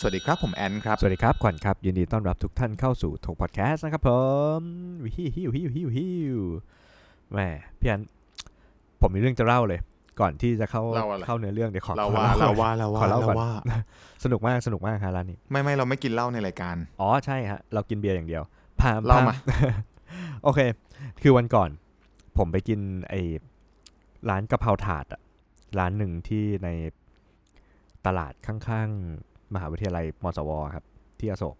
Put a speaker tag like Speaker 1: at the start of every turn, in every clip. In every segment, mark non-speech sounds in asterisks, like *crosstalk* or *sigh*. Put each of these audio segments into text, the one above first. Speaker 1: สวัสดีครับผมแอนครับ
Speaker 2: สวัสดีครับขวัญครับ ยินดีต้อนรับทุกท่านเข้าสู่ถกพอดแคสต์นะครับผมฮิวฮิวฮิวฮิวฮิวแหมพี่อันผมมีเรื่องจะเล่าเลย ก่อนที่จะเข้า
Speaker 1: เล่าอะไร
Speaker 2: เข้าเนื้อเรื่องเดี๋ยวขอ
Speaker 1: เรา
Speaker 2: ขอ
Speaker 1: ว่า
Speaker 2: ล่
Speaker 1: เรา
Speaker 2: ก่อน
Speaker 1: ว่าเราว่า
Speaker 2: ขอเล่า
Speaker 1: เรา
Speaker 2: ก่อน
Speaker 1: ว่า
Speaker 2: สนุกมากสนุกมากฮะร้านนี้
Speaker 1: ไม่ไม่เราไม่กินเหล้าในรายการ
Speaker 2: อ๋อใช่ฮะเรากินเบียร์อย่างเดียวพา
Speaker 1: เล่า
Speaker 2: พ
Speaker 1: มา
Speaker 2: *laughs* โอเค คือวันก่อน ผมไปกินไอ้ร้านกะเพราถาดอะร้านหนึ่งที่ในตลาดข้างๆ มหาวิทยาลัยมสวครับ ที่อโศก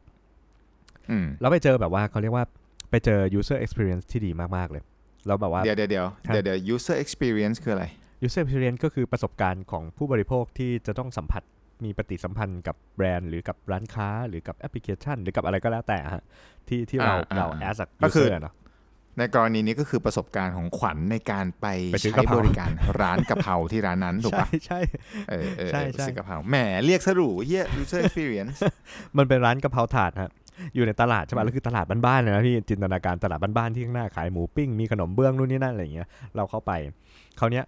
Speaker 1: อืม
Speaker 2: แล้วไปเจอแบบว่าเขาเรียกว่าไปเจอ user experience ที่ดีมาก ๆ เลย แล้วแบบว่า
Speaker 1: เดี๋ยวเดี๋ยวเดี๋ยว
Speaker 2: ครับ
Speaker 1: เดี๋ยวเดี๋ยว user experience คืออะไร
Speaker 2: user experience ก็คือประสบการณ์ของผู้บริโภคที่จะต้องสัมผัสมีปฏิสัมพันธ์กับแบรนด์หรือกับร้านค้าหรือกับแอปพลิเคชัน หรือกับอะไรก็แล้วแต่ฮะที่ที่เรา
Speaker 1: อ่า
Speaker 2: เรา
Speaker 1: อ่า
Speaker 2: as a
Speaker 1: ก็คือ
Speaker 2: user เนาะ
Speaker 1: ในกรณีนี้ก็คือประสบการณ์ของขวัญในการไป
Speaker 2: ไปซื้อ
Speaker 1: ใช้
Speaker 2: กะเพรา
Speaker 1: บริการร้านกะเพราที่ร้านนั้นถูก
Speaker 2: ใช่
Speaker 1: ปะ
Speaker 2: ใช่
Speaker 1: เออเออ
Speaker 2: ใช่
Speaker 1: เออ
Speaker 2: ใช่
Speaker 1: ซื้อกะเพราแหมเรียกสรุเฮีย user experience
Speaker 2: มันเป็นร้านกะเพราถาดฮะ อยู่ในตลาดใช่ป่ะแล้วคือตลาดบ้านๆเลยนะพี่จินตนาการตลาดบ้านๆที่ข้างหน้าขายหมูปิ้ง มีขนมเบื้องนู่นนี่นั่นอะไรอย่างเงี้ย เราเข้าไปเขาวเนี้ย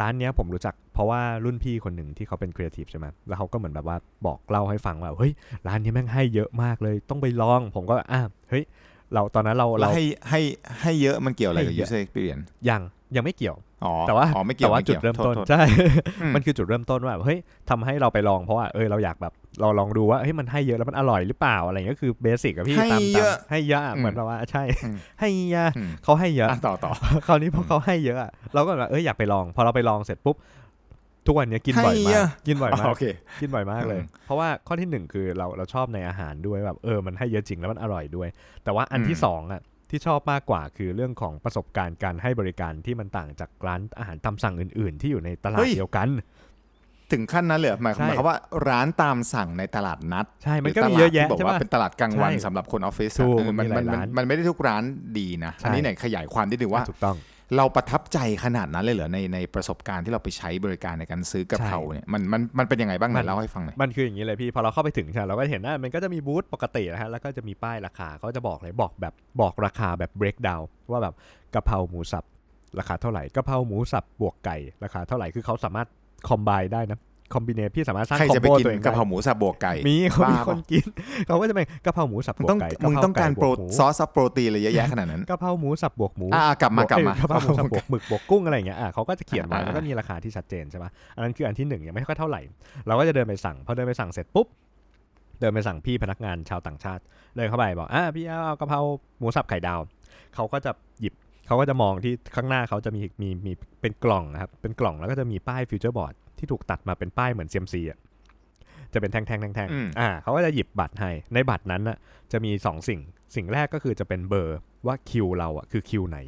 Speaker 2: ร้านเนี้ยผมรู้จักเพราะว่ารุ่นพี่คนหนึ่งที่เขาเป็นครีเอทีฟใช่ไหมแล้วเขาก็เหมือนแบบว่าบอกเล่าให้ฟังว่าเฮ้ยร้านนี้แม่งให้เยอะมากเลยต้องไปลอง ผมก็อ่ะเฮ้ยเราตอนนั้นเรา
Speaker 1: แล้
Speaker 2: เรา
Speaker 1: วให้ให้ให้เยอะมันเกี่ยวอะไรกับ
Speaker 2: ให้เยอะ
Speaker 1: user experience
Speaker 2: ยังยังไม่เกี่ยว
Speaker 1: อ๋อ
Speaker 2: แต่ว่า
Speaker 1: อ๋อไม่เกี่ย
Speaker 2: แต่
Speaker 1: ว
Speaker 2: ว่า
Speaker 1: ไม่
Speaker 2: จุด
Speaker 1: เกี่ยว
Speaker 2: เริ่ม
Speaker 1: โทษ
Speaker 2: ต้น
Speaker 1: โทษ
Speaker 2: ใช่
Speaker 1: อืม
Speaker 2: มันคือจุดเริ่มต้นว่าแบบเฮ้ยทำให้เราไปลองเพราะว่าเออเราอยากแบบเราลองดูว่าเฮ้ยมันให้เยอะแล้วมันอร่อยหรือเปล่าอะไรอย่างเงี้ยก็คือเบสิกอะพี่
Speaker 1: ให้
Speaker 2: ตาม
Speaker 1: เย
Speaker 2: ตาม
Speaker 1: อะ
Speaker 2: ให้เยอะ
Speaker 1: อืม
Speaker 2: เหมือนแบบว่าใช่
Speaker 1: อืม
Speaker 2: ให้เยอะ
Speaker 1: อืม
Speaker 2: เขาให้เยอะ
Speaker 1: อ่ะต่อต่อ
Speaker 2: คราวนี้พอเขาให้เยอะอะเราก็แบบเอ้ยอยากไปลอง พอเราไปลองเสร็จปุ๊บทุกวันเนี้ยกินบ่อย
Speaker 1: ให้
Speaker 2: มา
Speaker 1: เย
Speaker 2: ก
Speaker 1: อะ
Speaker 2: กินบ่อยมา
Speaker 1: อ๋อก โอเค
Speaker 2: กินบ่อยมากเลย
Speaker 1: อืม
Speaker 2: เพราะว่าข้อที่หนึ่งคือเราเราชอบในอาหารด้วยแบบเออมันให้เยอะจริงแล้วมันอร่อยด้วย แต่ว่าอัน
Speaker 1: อืม
Speaker 2: ที่สองอะที่ชอบมากกว่าคือเรื่องของประสบการณ์การให้บริการที่มันต่างจากร้านอาหารตามสั่งอื่น ๆ ที่อยู่ในตลาดเดียวกัน
Speaker 1: ถึงขั้นนั้นเลยเหรอหมายความ
Speaker 2: ใช่
Speaker 1: หมายความว่าร้านตามสั่งในตลาดนัด
Speaker 2: ใช่มัน
Speaker 1: หรื
Speaker 2: ก็มีเยอะแยะ
Speaker 1: ตลาดที่
Speaker 2: ใช่
Speaker 1: บอกว่า
Speaker 2: ปะ
Speaker 1: เป็นตลาดกลางวัน
Speaker 2: ใช่
Speaker 1: สำหรับคนออฟฟิศ
Speaker 2: ถูก
Speaker 1: เออมัน
Speaker 2: มันมี
Speaker 1: มัน
Speaker 2: หลาย
Speaker 1: มัน
Speaker 2: ร้าน
Speaker 1: มันไม่ได้ทุกร้านดีนะ
Speaker 2: ใช่
Speaker 1: อันนี้ไหนขยายความนิดนึงว่า
Speaker 2: ถูกต้อง
Speaker 1: เราประทับใจขนาดนั้นเลยเหรอในในประสบการณ์ที่เราไปใช้บริการในการซื้อกะเพราเนี่ยมันมันมันเป็นยังไงบ้างไห
Speaker 2: มัน น
Speaker 1: เล่าให้ฟังหน่อย
Speaker 2: มันคืออย่างนี้เลยพี่พอเราเข้าไปถึงใช่ไหมเราก็เห็นว่ามันก็จะมีบูธปกตินะฮะแล้วก็จะมีป้ายราคาเขาจะบอกเลยบอกแบบบอกราคาแบบ break down ว่าแบบกะเพราหมูสับราคาเท่าไหร่กะเพราหมูสับบวกไก่ราคาเท่าไหร่คือเขาสามารถคอมไบได้นะคอมบิเนพี่สามารถสร้าง
Speaker 1: ใคร
Speaker 2: คอ
Speaker 1: จะ
Speaker 2: ม
Speaker 1: ไป
Speaker 2: โบ
Speaker 1: กิน
Speaker 2: ตัวเอง
Speaker 1: กะเพรา
Speaker 2: ได้
Speaker 1: หมูสับบวกไก่
Speaker 2: มีเขามี
Speaker 1: บ้า
Speaker 2: คนกิน เขาก็จะเป็นกะเพราหมูสับ
Speaker 1: มึ
Speaker 2: บ
Speaker 1: ง
Speaker 2: วก
Speaker 1: ต้อง
Speaker 2: ไก่
Speaker 1: มึงต้องการ
Speaker 2: ะ
Speaker 1: โป
Speaker 2: เพ
Speaker 1: ร
Speaker 2: ไบวหมู
Speaker 1: ซอสซับโปรตีนอะไรเยอะแยะขนาดนั้น
Speaker 2: กะเพราหมูสับบวกหมู
Speaker 1: อ่ะอ่ะกลับมา
Speaker 2: บว
Speaker 1: กลับมา
Speaker 2: เอ้ยกะเพราหมูสับบวกหมึกบวกกุ้งอะไรอย่างเงี้ยอ่ะเขาก็จะเขียนไว้
Speaker 1: อ่า
Speaker 2: แล้วก็มีราคาที่ชัดเจนใช่ไหมอันนั้นคืออันที่หนึ่งยังไม่ค่อยเท่าไหร่ เราก็จะเดินไปสั่งพอเดินไปสั่งเสร็จปุ๊บ เดินไปสั่งพี่พนักงานชาวต่างชาติ เดินเข้าไปบอกอ่ะพี่เอากะเพราหมูสับไข่ดาว เขาก็จะหยิบเขาก็จะมองที่ข้างหน้าเขาจะมีมีมีเป็นกล่องนะครับเป็นกล่องแล้วก็จะมีป้ายฟิวเจอร์บอร์ดที่ถูกตัดมาเป็นป้ายเหมือนเซียมซีอ่ะจะเป็นแท่งๆแท่ง
Speaker 1: อืม
Speaker 2: ๆอ่าเขาก็จะหยิบบัตรให้ในบัตรนั้นน่ะจะมีสองสิ่งสิ่งแรกก็คือจะเป็นเบอร์ว่าคิวเราอ่ะคือคิวไหน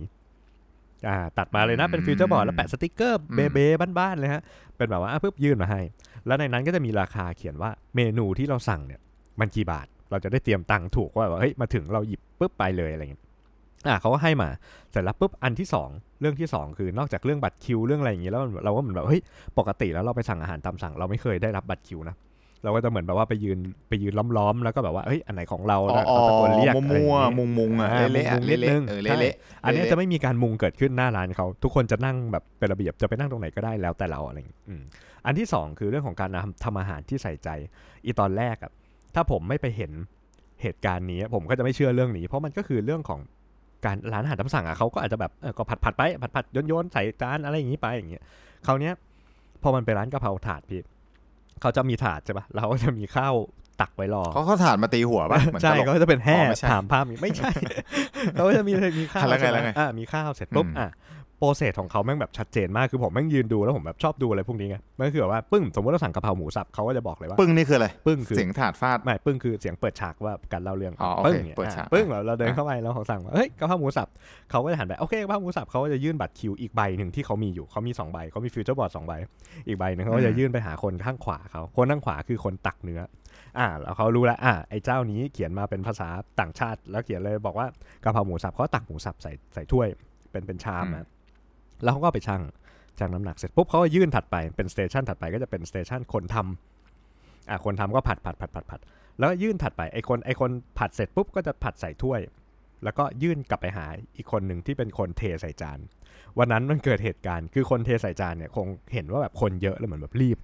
Speaker 2: อ่าตัดมาเลยนะเป็นฟิวเจอร์บอร์ดแล้วแปะสติกเกอร์เบเบ้บ้านๆเลยฮะเป็นแบบว่าอ่ะปึ๊บยื่นมาให้ แล้วในนั้นก็จะมีราคาเขียนว่าเมนูที่เราสั่งเนี่ย มันกี่บาท เราจะได้เตรียมตังค์ถูกว่าแบบเฮ้ยมาถึงเราหยิบปุ๊บไปเลยอะไรเงี้ยอ่ะเขาก็ให้มาเสร็จแล้วปุ๊บอันที่สองเรื่องที่สองคือนอกจากเรื่องบัตรคิวเรื่องอะไรอย่างงี้แล้วเราก็เหมือนแบบเฮ้ยปกติแล้วเราไปสั่งอาหารตามสั่งเราไม่เคยได้รับบัตรคิวนะเราก็จะเหมือนแบบว่าไปยืนไปยืนล้อมๆแล้วก็แบบว่าเฮ้ยอันไหนของเรา
Speaker 1: อ๋อ
Speaker 2: แล้ว
Speaker 1: อ๋
Speaker 2: เขาตะโกนเรียก
Speaker 1: อ
Speaker 2: อะไรอย่าง
Speaker 1: มั่ว
Speaker 2: งี้
Speaker 1: ๆมุงมุงๆอ่ะ
Speaker 2: อ่า
Speaker 1: เละ
Speaker 2: มุ
Speaker 1: ๆอ่ะ
Speaker 2: งๆนิด
Speaker 1: เละ
Speaker 2: นึง
Speaker 1: ๆเออ
Speaker 2: ใช่
Speaker 1: เละๆ
Speaker 2: อันเนี้ย
Speaker 1: เละๆ
Speaker 2: จะไม่มีการมุงเกิดขึ้นหน้าร้านเขาทุกคนจะนั่งแบบเป็นระเบียบจะไปนั่งตรงไหนก็ได้แล้วแต่เราอะไรอย่างงี้อืมอันที่สองคือเรื่องของการทำทำอาหารที่ใส่ใจ อีตอนแรกอะถ้าผมไม่ไปเห็นเหตุการณ์นี้ ผมก็จะไม่เชื่อเรื่องนี้ เพราะมันก็คือเรื่องของการร้านอาหารตามสั่งอะเขาก็อาจจะแบบเออก็ผัดผัดๆไปผัดผัดๆโยนโยนๆใส่จานอะไรอย่างนี้ไปอย่างเงี้ยคราวเนี้ยพอมันเป็นร้านกะเพราถาดพี่เขาจะมีถาดใช่ปะแล้วเขาก็จะมีข้าวตักไว้รอ
Speaker 1: เขาเขาถานมาตีหัวป่ะเหมือน
Speaker 2: ใช่
Speaker 1: ตลก
Speaker 2: ก็จะเป็นแห่
Speaker 1: อ๋อไม่ใช่ *laughs*
Speaker 2: ถามภาพนี้ไม่ใช่ เขาก็จะมีมีข้าว
Speaker 1: แล้วไง
Speaker 2: ใช่หม
Speaker 1: แล้วไง
Speaker 2: อ่ามีข้าวเสร็จปุ๊บ
Speaker 1: อืม
Speaker 2: อ่ะ โปรเซสของเขาแม่งแบบชัดเจนมากคือผมแม่งยืนดูแล้วผมแบบชอบดูอะไรพวกนี้ไงมันก็คือแบบว่าปึ้งสมมติเราสั่งกะเพราหมูสับเขาก็จะบอกเลยว่า
Speaker 1: ปึ้งนี่คืออะไร
Speaker 2: ปึ้งคือ
Speaker 1: เสียงถาดฟาด
Speaker 2: ไม่ปึ้งคือเสียงเปิดฉากว่าการเล่าเรื่อง
Speaker 1: อ๋อโอเค
Speaker 2: ปึ้งนี่ย
Speaker 1: เปิดฉาก
Speaker 2: อ่ะปึ้งเหรอเราเดินเข้าไปแล้วเขาสั่งว่าเฮ้ยกะเพราหมูสับเขาก็จะหันไปโอเคกะเพราหมูสับเขาก็จะยื่นบัตรคิวอีกใบหนึ่งที่เขามีอยู่เขามีสองใบเขามีฟิวเจอร์บอร์ดสองใบอีกใบหนึ่งเขาก็จะยื่นไปหาคนข้างขวาเขาคนข้างขวาคือคนตักเนื้ออ่าแล้วเขารู้แล้วอ่าไอ้เจ้านี้เขียนมาเป็นภาษาต่างชาติ แล้วเขียนเลยบอกว่ากะเพราหมูสับเขาตักหมูสับใส่ใส่ถ้วยเป็นเป็นชามนะแล้วเขาก็เอาไปชั่งชั่งน้ำหนักเสร็จปุ๊บเขาก็ยื่นถัดไปเป็นสเตชันถัดไปก็จะเป็นสเตชันคนทำอ่าคนทำก็ผัดผัดผัดผัดผัด แล้วก็ยื่นถัดไปไอคนไอคนผัดเสร็จปุ๊บก็จะผัดใส่ถ้วย แล้วก็ยื่นกลับไปหาอีกคนหนึ่งที่เป็นคนเทใส่จาน วันนั้นมันเกิดเหตุการณ์คือคนเทใส่จานเนี่ยคงเห็นว่าแบบคนเยอะแล้วเหมือนแบบรีบ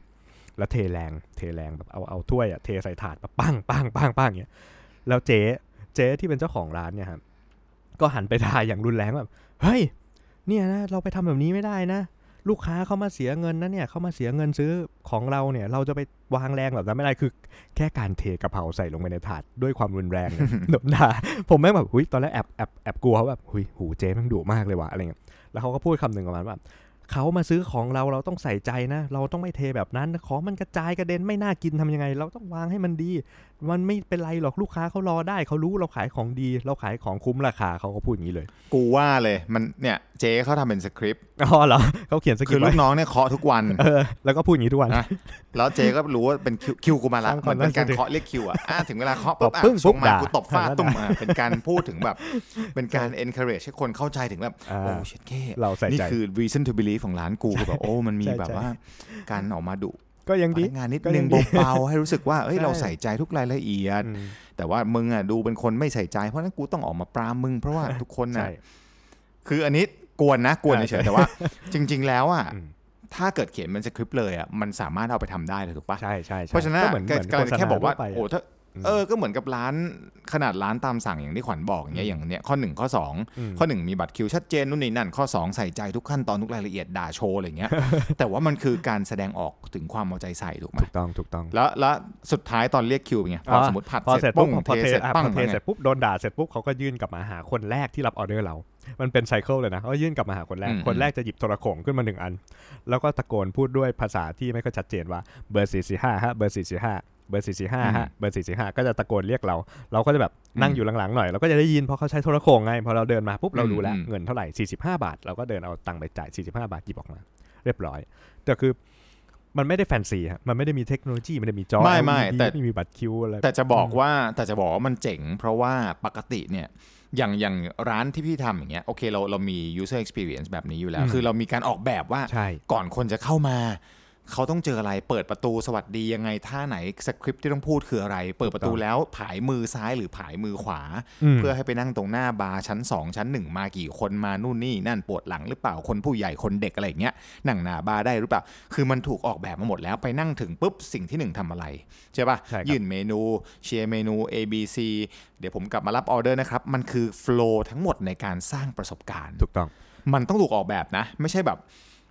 Speaker 2: แล้วเทแรงเทแรงแบบเอาเอาถ้วยอะเทใส่ถาดแบบปังปังปังปังอย่างเงี้ยแล้วเจ๊เจ๊ที่เป็นเจ้าของร้านเนี่ยครับก็หันไปด่าอย่างรุนแรงแบบเฮ้ยเนี่ยนะเราไปทำแบบนี้ไม่ได้นะ ลูกค้าเขามาเสียเงินนะเนี่ยเขามาเสียเงินซื้อของเราเนี่ย เราจะไปวางแรงแบบนั้นไม่ได้คือ แค่การเทกะเพราใส่ลงไปในถาดด้วยความรุนแรงเนี่ย *laughs* หนบดาผมแม่งแบบหุยตอนแรกแอบแอบแอบกลัวว่าแบบหุยหูเจ๊แม่งดุมากเลยว่ะอะไรเงี้ยแล้วเขาก็พูดคำหนึ่งประมาณว่าเขามาซื้อของเราเราต้องใส่ใจนะ เราต้องไม่เทแบบนั้นของมันกระจายกระเด็นไม่น่ากินทำยังไง เราต้องวางให้มันดี มันไม่เป็นไรหรอกลูกค้าเขารอได้เขารู้เราขายของดี เราขายของคุ้มราคาเขาก็พูดอย่างนี้เลย
Speaker 1: กูว่าเลยมันเนี่ยเจ๊เขาทำเป็นสคริปต์
Speaker 2: อ๋อเหรอเขาเขียนสค
Speaker 1: คื
Speaker 2: ริป
Speaker 1: อ
Speaker 2: ต์
Speaker 1: ลู
Speaker 2: ไว้
Speaker 1: กน้องเนี่ยเคาะทุกวัน
Speaker 2: เออแล้วก็พูดอย่างนี้ทุกวัน
Speaker 1: อ่ะ แล้วเจ๊ก็รู้ว่าเป็นคิวคิวกูมาละ
Speaker 2: สร้าง
Speaker 1: เห
Speaker 2: ความ
Speaker 1: มือนเป็นการ
Speaker 2: น่าเชื่อถือ
Speaker 1: เคาะเรียกคิวอ่ะอ่ะถึงเวลาเคาะปุ๊บอ่ะ
Speaker 2: ปึ้ง
Speaker 1: ส่ง
Speaker 2: ปุ๊บ
Speaker 1: มา
Speaker 2: ด่า
Speaker 1: กูตบฟาด
Speaker 2: แล้ว
Speaker 1: ตุ้มอ่ะเป็นการพูดถึงแบบ เป็นการ encourage ให้คนเข้าใจถึงแบบ
Speaker 2: อ่า
Speaker 1: โอ้เช็ดเก้
Speaker 2: เราใส่
Speaker 1: นี่
Speaker 2: ใจ
Speaker 1: คือ reason to believe ของร้านกูคือแบบโอ้มันมี
Speaker 2: ใช่
Speaker 1: แบบ
Speaker 2: ใช่
Speaker 1: ว่า การออกมาดุ
Speaker 2: ก็ยัง
Speaker 1: พ
Speaker 2: ดี
Speaker 1: นักงานนิด
Speaker 2: ก็
Speaker 1: นึ
Speaker 2: ยัง งดี
Speaker 1: เบาๆให้รู้สึกว่าเอ้ย
Speaker 2: ใช่
Speaker 1: เราใส่ใจทุกรายละเอียด
Speaker 2: อืม
Speaker 1: แต่ว่ามึงอ่ะดูเป็นคนไม่ใส่ใจเพราะฉะนั้นกูต้องออกมาปรามมึงเพราะว่าทุกคน
Speaker 2: ใช่
Speaker 1: น่ะคืออันนี้กวนนะกวนเฉยๆแต่ว่า *laughs* จริง ๆ แล้วอ่ะ
Speaker 2: อืม
Speaker 1: ถ้าเกิดเขียนเป็นสคริปต์เลยอ่ะมันสามารถเอาไปทำได้เลยถูกปะ
Speaker 2: ใช่ใช่ใช่
Speaker 1: เพราะฉะนั้น
Speaker 2: ก็
Speaker 1: อ่ะ
Speaker 2: เหมือนเห
Speaker 1: ก็
Speaker 2: มือน
Speaker 1: กำลังจะแค่บอกว่า
Speaker 2: โฆษณทั่ไปะ
Speaker 1: โอ้ถ้า
Speaker 2: อืม
Speaker 1: เออก็เหมือนกับร้านขนาดร้านตามสั่งอย่างที่ขวัญบอกอย่างเงี้ยอย่างเนี้ยข้อหนึ่งข้อสอง
Speaker 2: ม
Speaker 1: ข้อหนึ่งมีบัตรคิวชัดเจนนู่นนี่นั่นข้อสองใส่ใจทุกขั้นตอนทุกรายละเอียดด่าโชว์อะไร
Speaker 2: *laughs*
Speaker 1: เงี้ย แต่ว่ามันคือการแสดงออกถึงความเอาใจใส่ถูกไหม
Speaker 2: ถูกต้องถูกต้อง
Speaker 1: แล้วแล้วสุดท้ายตอนเรียกคิวเป็นไงพอ
Speaker 2: อ
Speaker 1: สมมติผัด
Speaker 2: พอ
Speaker 1: เส
Speaker 2: เสร็
Speaker 1: ร็จ
Speaker 2: จ
Speaker 1: ปุ้
Speaker 2: ปุ๊บ
Speaker 1: งเท
Speaker 2: พอเท
Speaker 1: เสร็จ
Speaker 2: อ่ะ
Speaker 1: ปั้
Speaker 2: พ
Speaker 1: ง
Speaker 2: อเท
Speaker 1: เป็นไง
Speaker 2: เสร็จปุ๊บโดนด่าเสร็จปุ๊บเขาก็ยื่นกลับมาหาคนแรกที่รับออเดอร์เรา มันเป็นไซเคิลเลยนะเขายื่นกลับมาหาคนแรก คนแรกจะหยิบโทรโขงขึ้นมาหนึ่งอัน แล้วก็ตะโกนพูดด้วยภาษาที่ไม่ค่อยชัดเจนว่าเบอร์สี่สี่ห้าฮะเบอร์สี่สี่ห้าเบอร์สี่สี่ห้าฮะเบอร์สี่สี่ห้าก็จะตะโกนเรียกเรา เราก็จะแบบนั่งอยู่หลังๆหน่อยเราก็จะได้ยินเพราะเขาใช้โทรโขงไงพอเราเดินมาปุ๊บเรารู้แล้วเงินเท่าไหร่45 บาท เราก็เดินเอาตังค์ไปจ่าย 45 บาทหยิบออกมา เรียบร้อยแต่คือมันไม่ได้แฟนซีฮะมันไม่ได้มีเทคโนโลยีไม่ได้มีจอ LED ไม่มีบัตรคิวอะไร
Speaker 1: แต่จะบอกว่าแต่จะบอกว่ามันเจ๋ง เพราะว่าปกติเนี่ยอย่างอย่างร้านที่พี่ทำอย่างเงี้ยโอเคเราเรามี user experience แบบนี้อยู่แล้ว
Speaker 2: อืม
Speaker 1: คือเรามีการออกแบบว่า
Speaker 2: ใช่
Speaker 1: ก่อนคนจะเข้ามา เขาต้องเจออะไรเปิดประตูสวัสดียังไงท่าไหนสคริปต์ที่ต้องพูดคืออะไร เปิดประตู
Speaker 2: ถูกต้อง
Speaker 1: แล้วผายมือซ้ายหรือผายมือขวา
Speaker 2: ม
Speaker 1: เพื่อให้ไปนั่งตรงหน้าบาร์ชั้น 2 ชั้น 1 มากี่คนมานู่นนี่นั่นปวดหลังหรือเปล่าคนผู้ใหญ่คนเด็กอะไรอย่างเงี้ยนั่งหน้าบาร์ได้หรือเปล่า คือมันถูกออกแบบมาหมดแล้วไปนั่งถึงปุ๊บสิ่งที่หนึ่งทำอะไร ใช่ปะ
Speaker 2: ใช่ครับ
Speaker 1: ยื่นเมนูเชียร์เมนู A B C เดี๋ยวผมกลับมารับออเดอร์นะครับ มันคือโฟล์ทั้งหมดในการสร้างประสบการณ์
Speaker 2: ถูกต้อง
Speaker 1: มันต้องถูกออกแบบนะ ไม่ใช่แบบ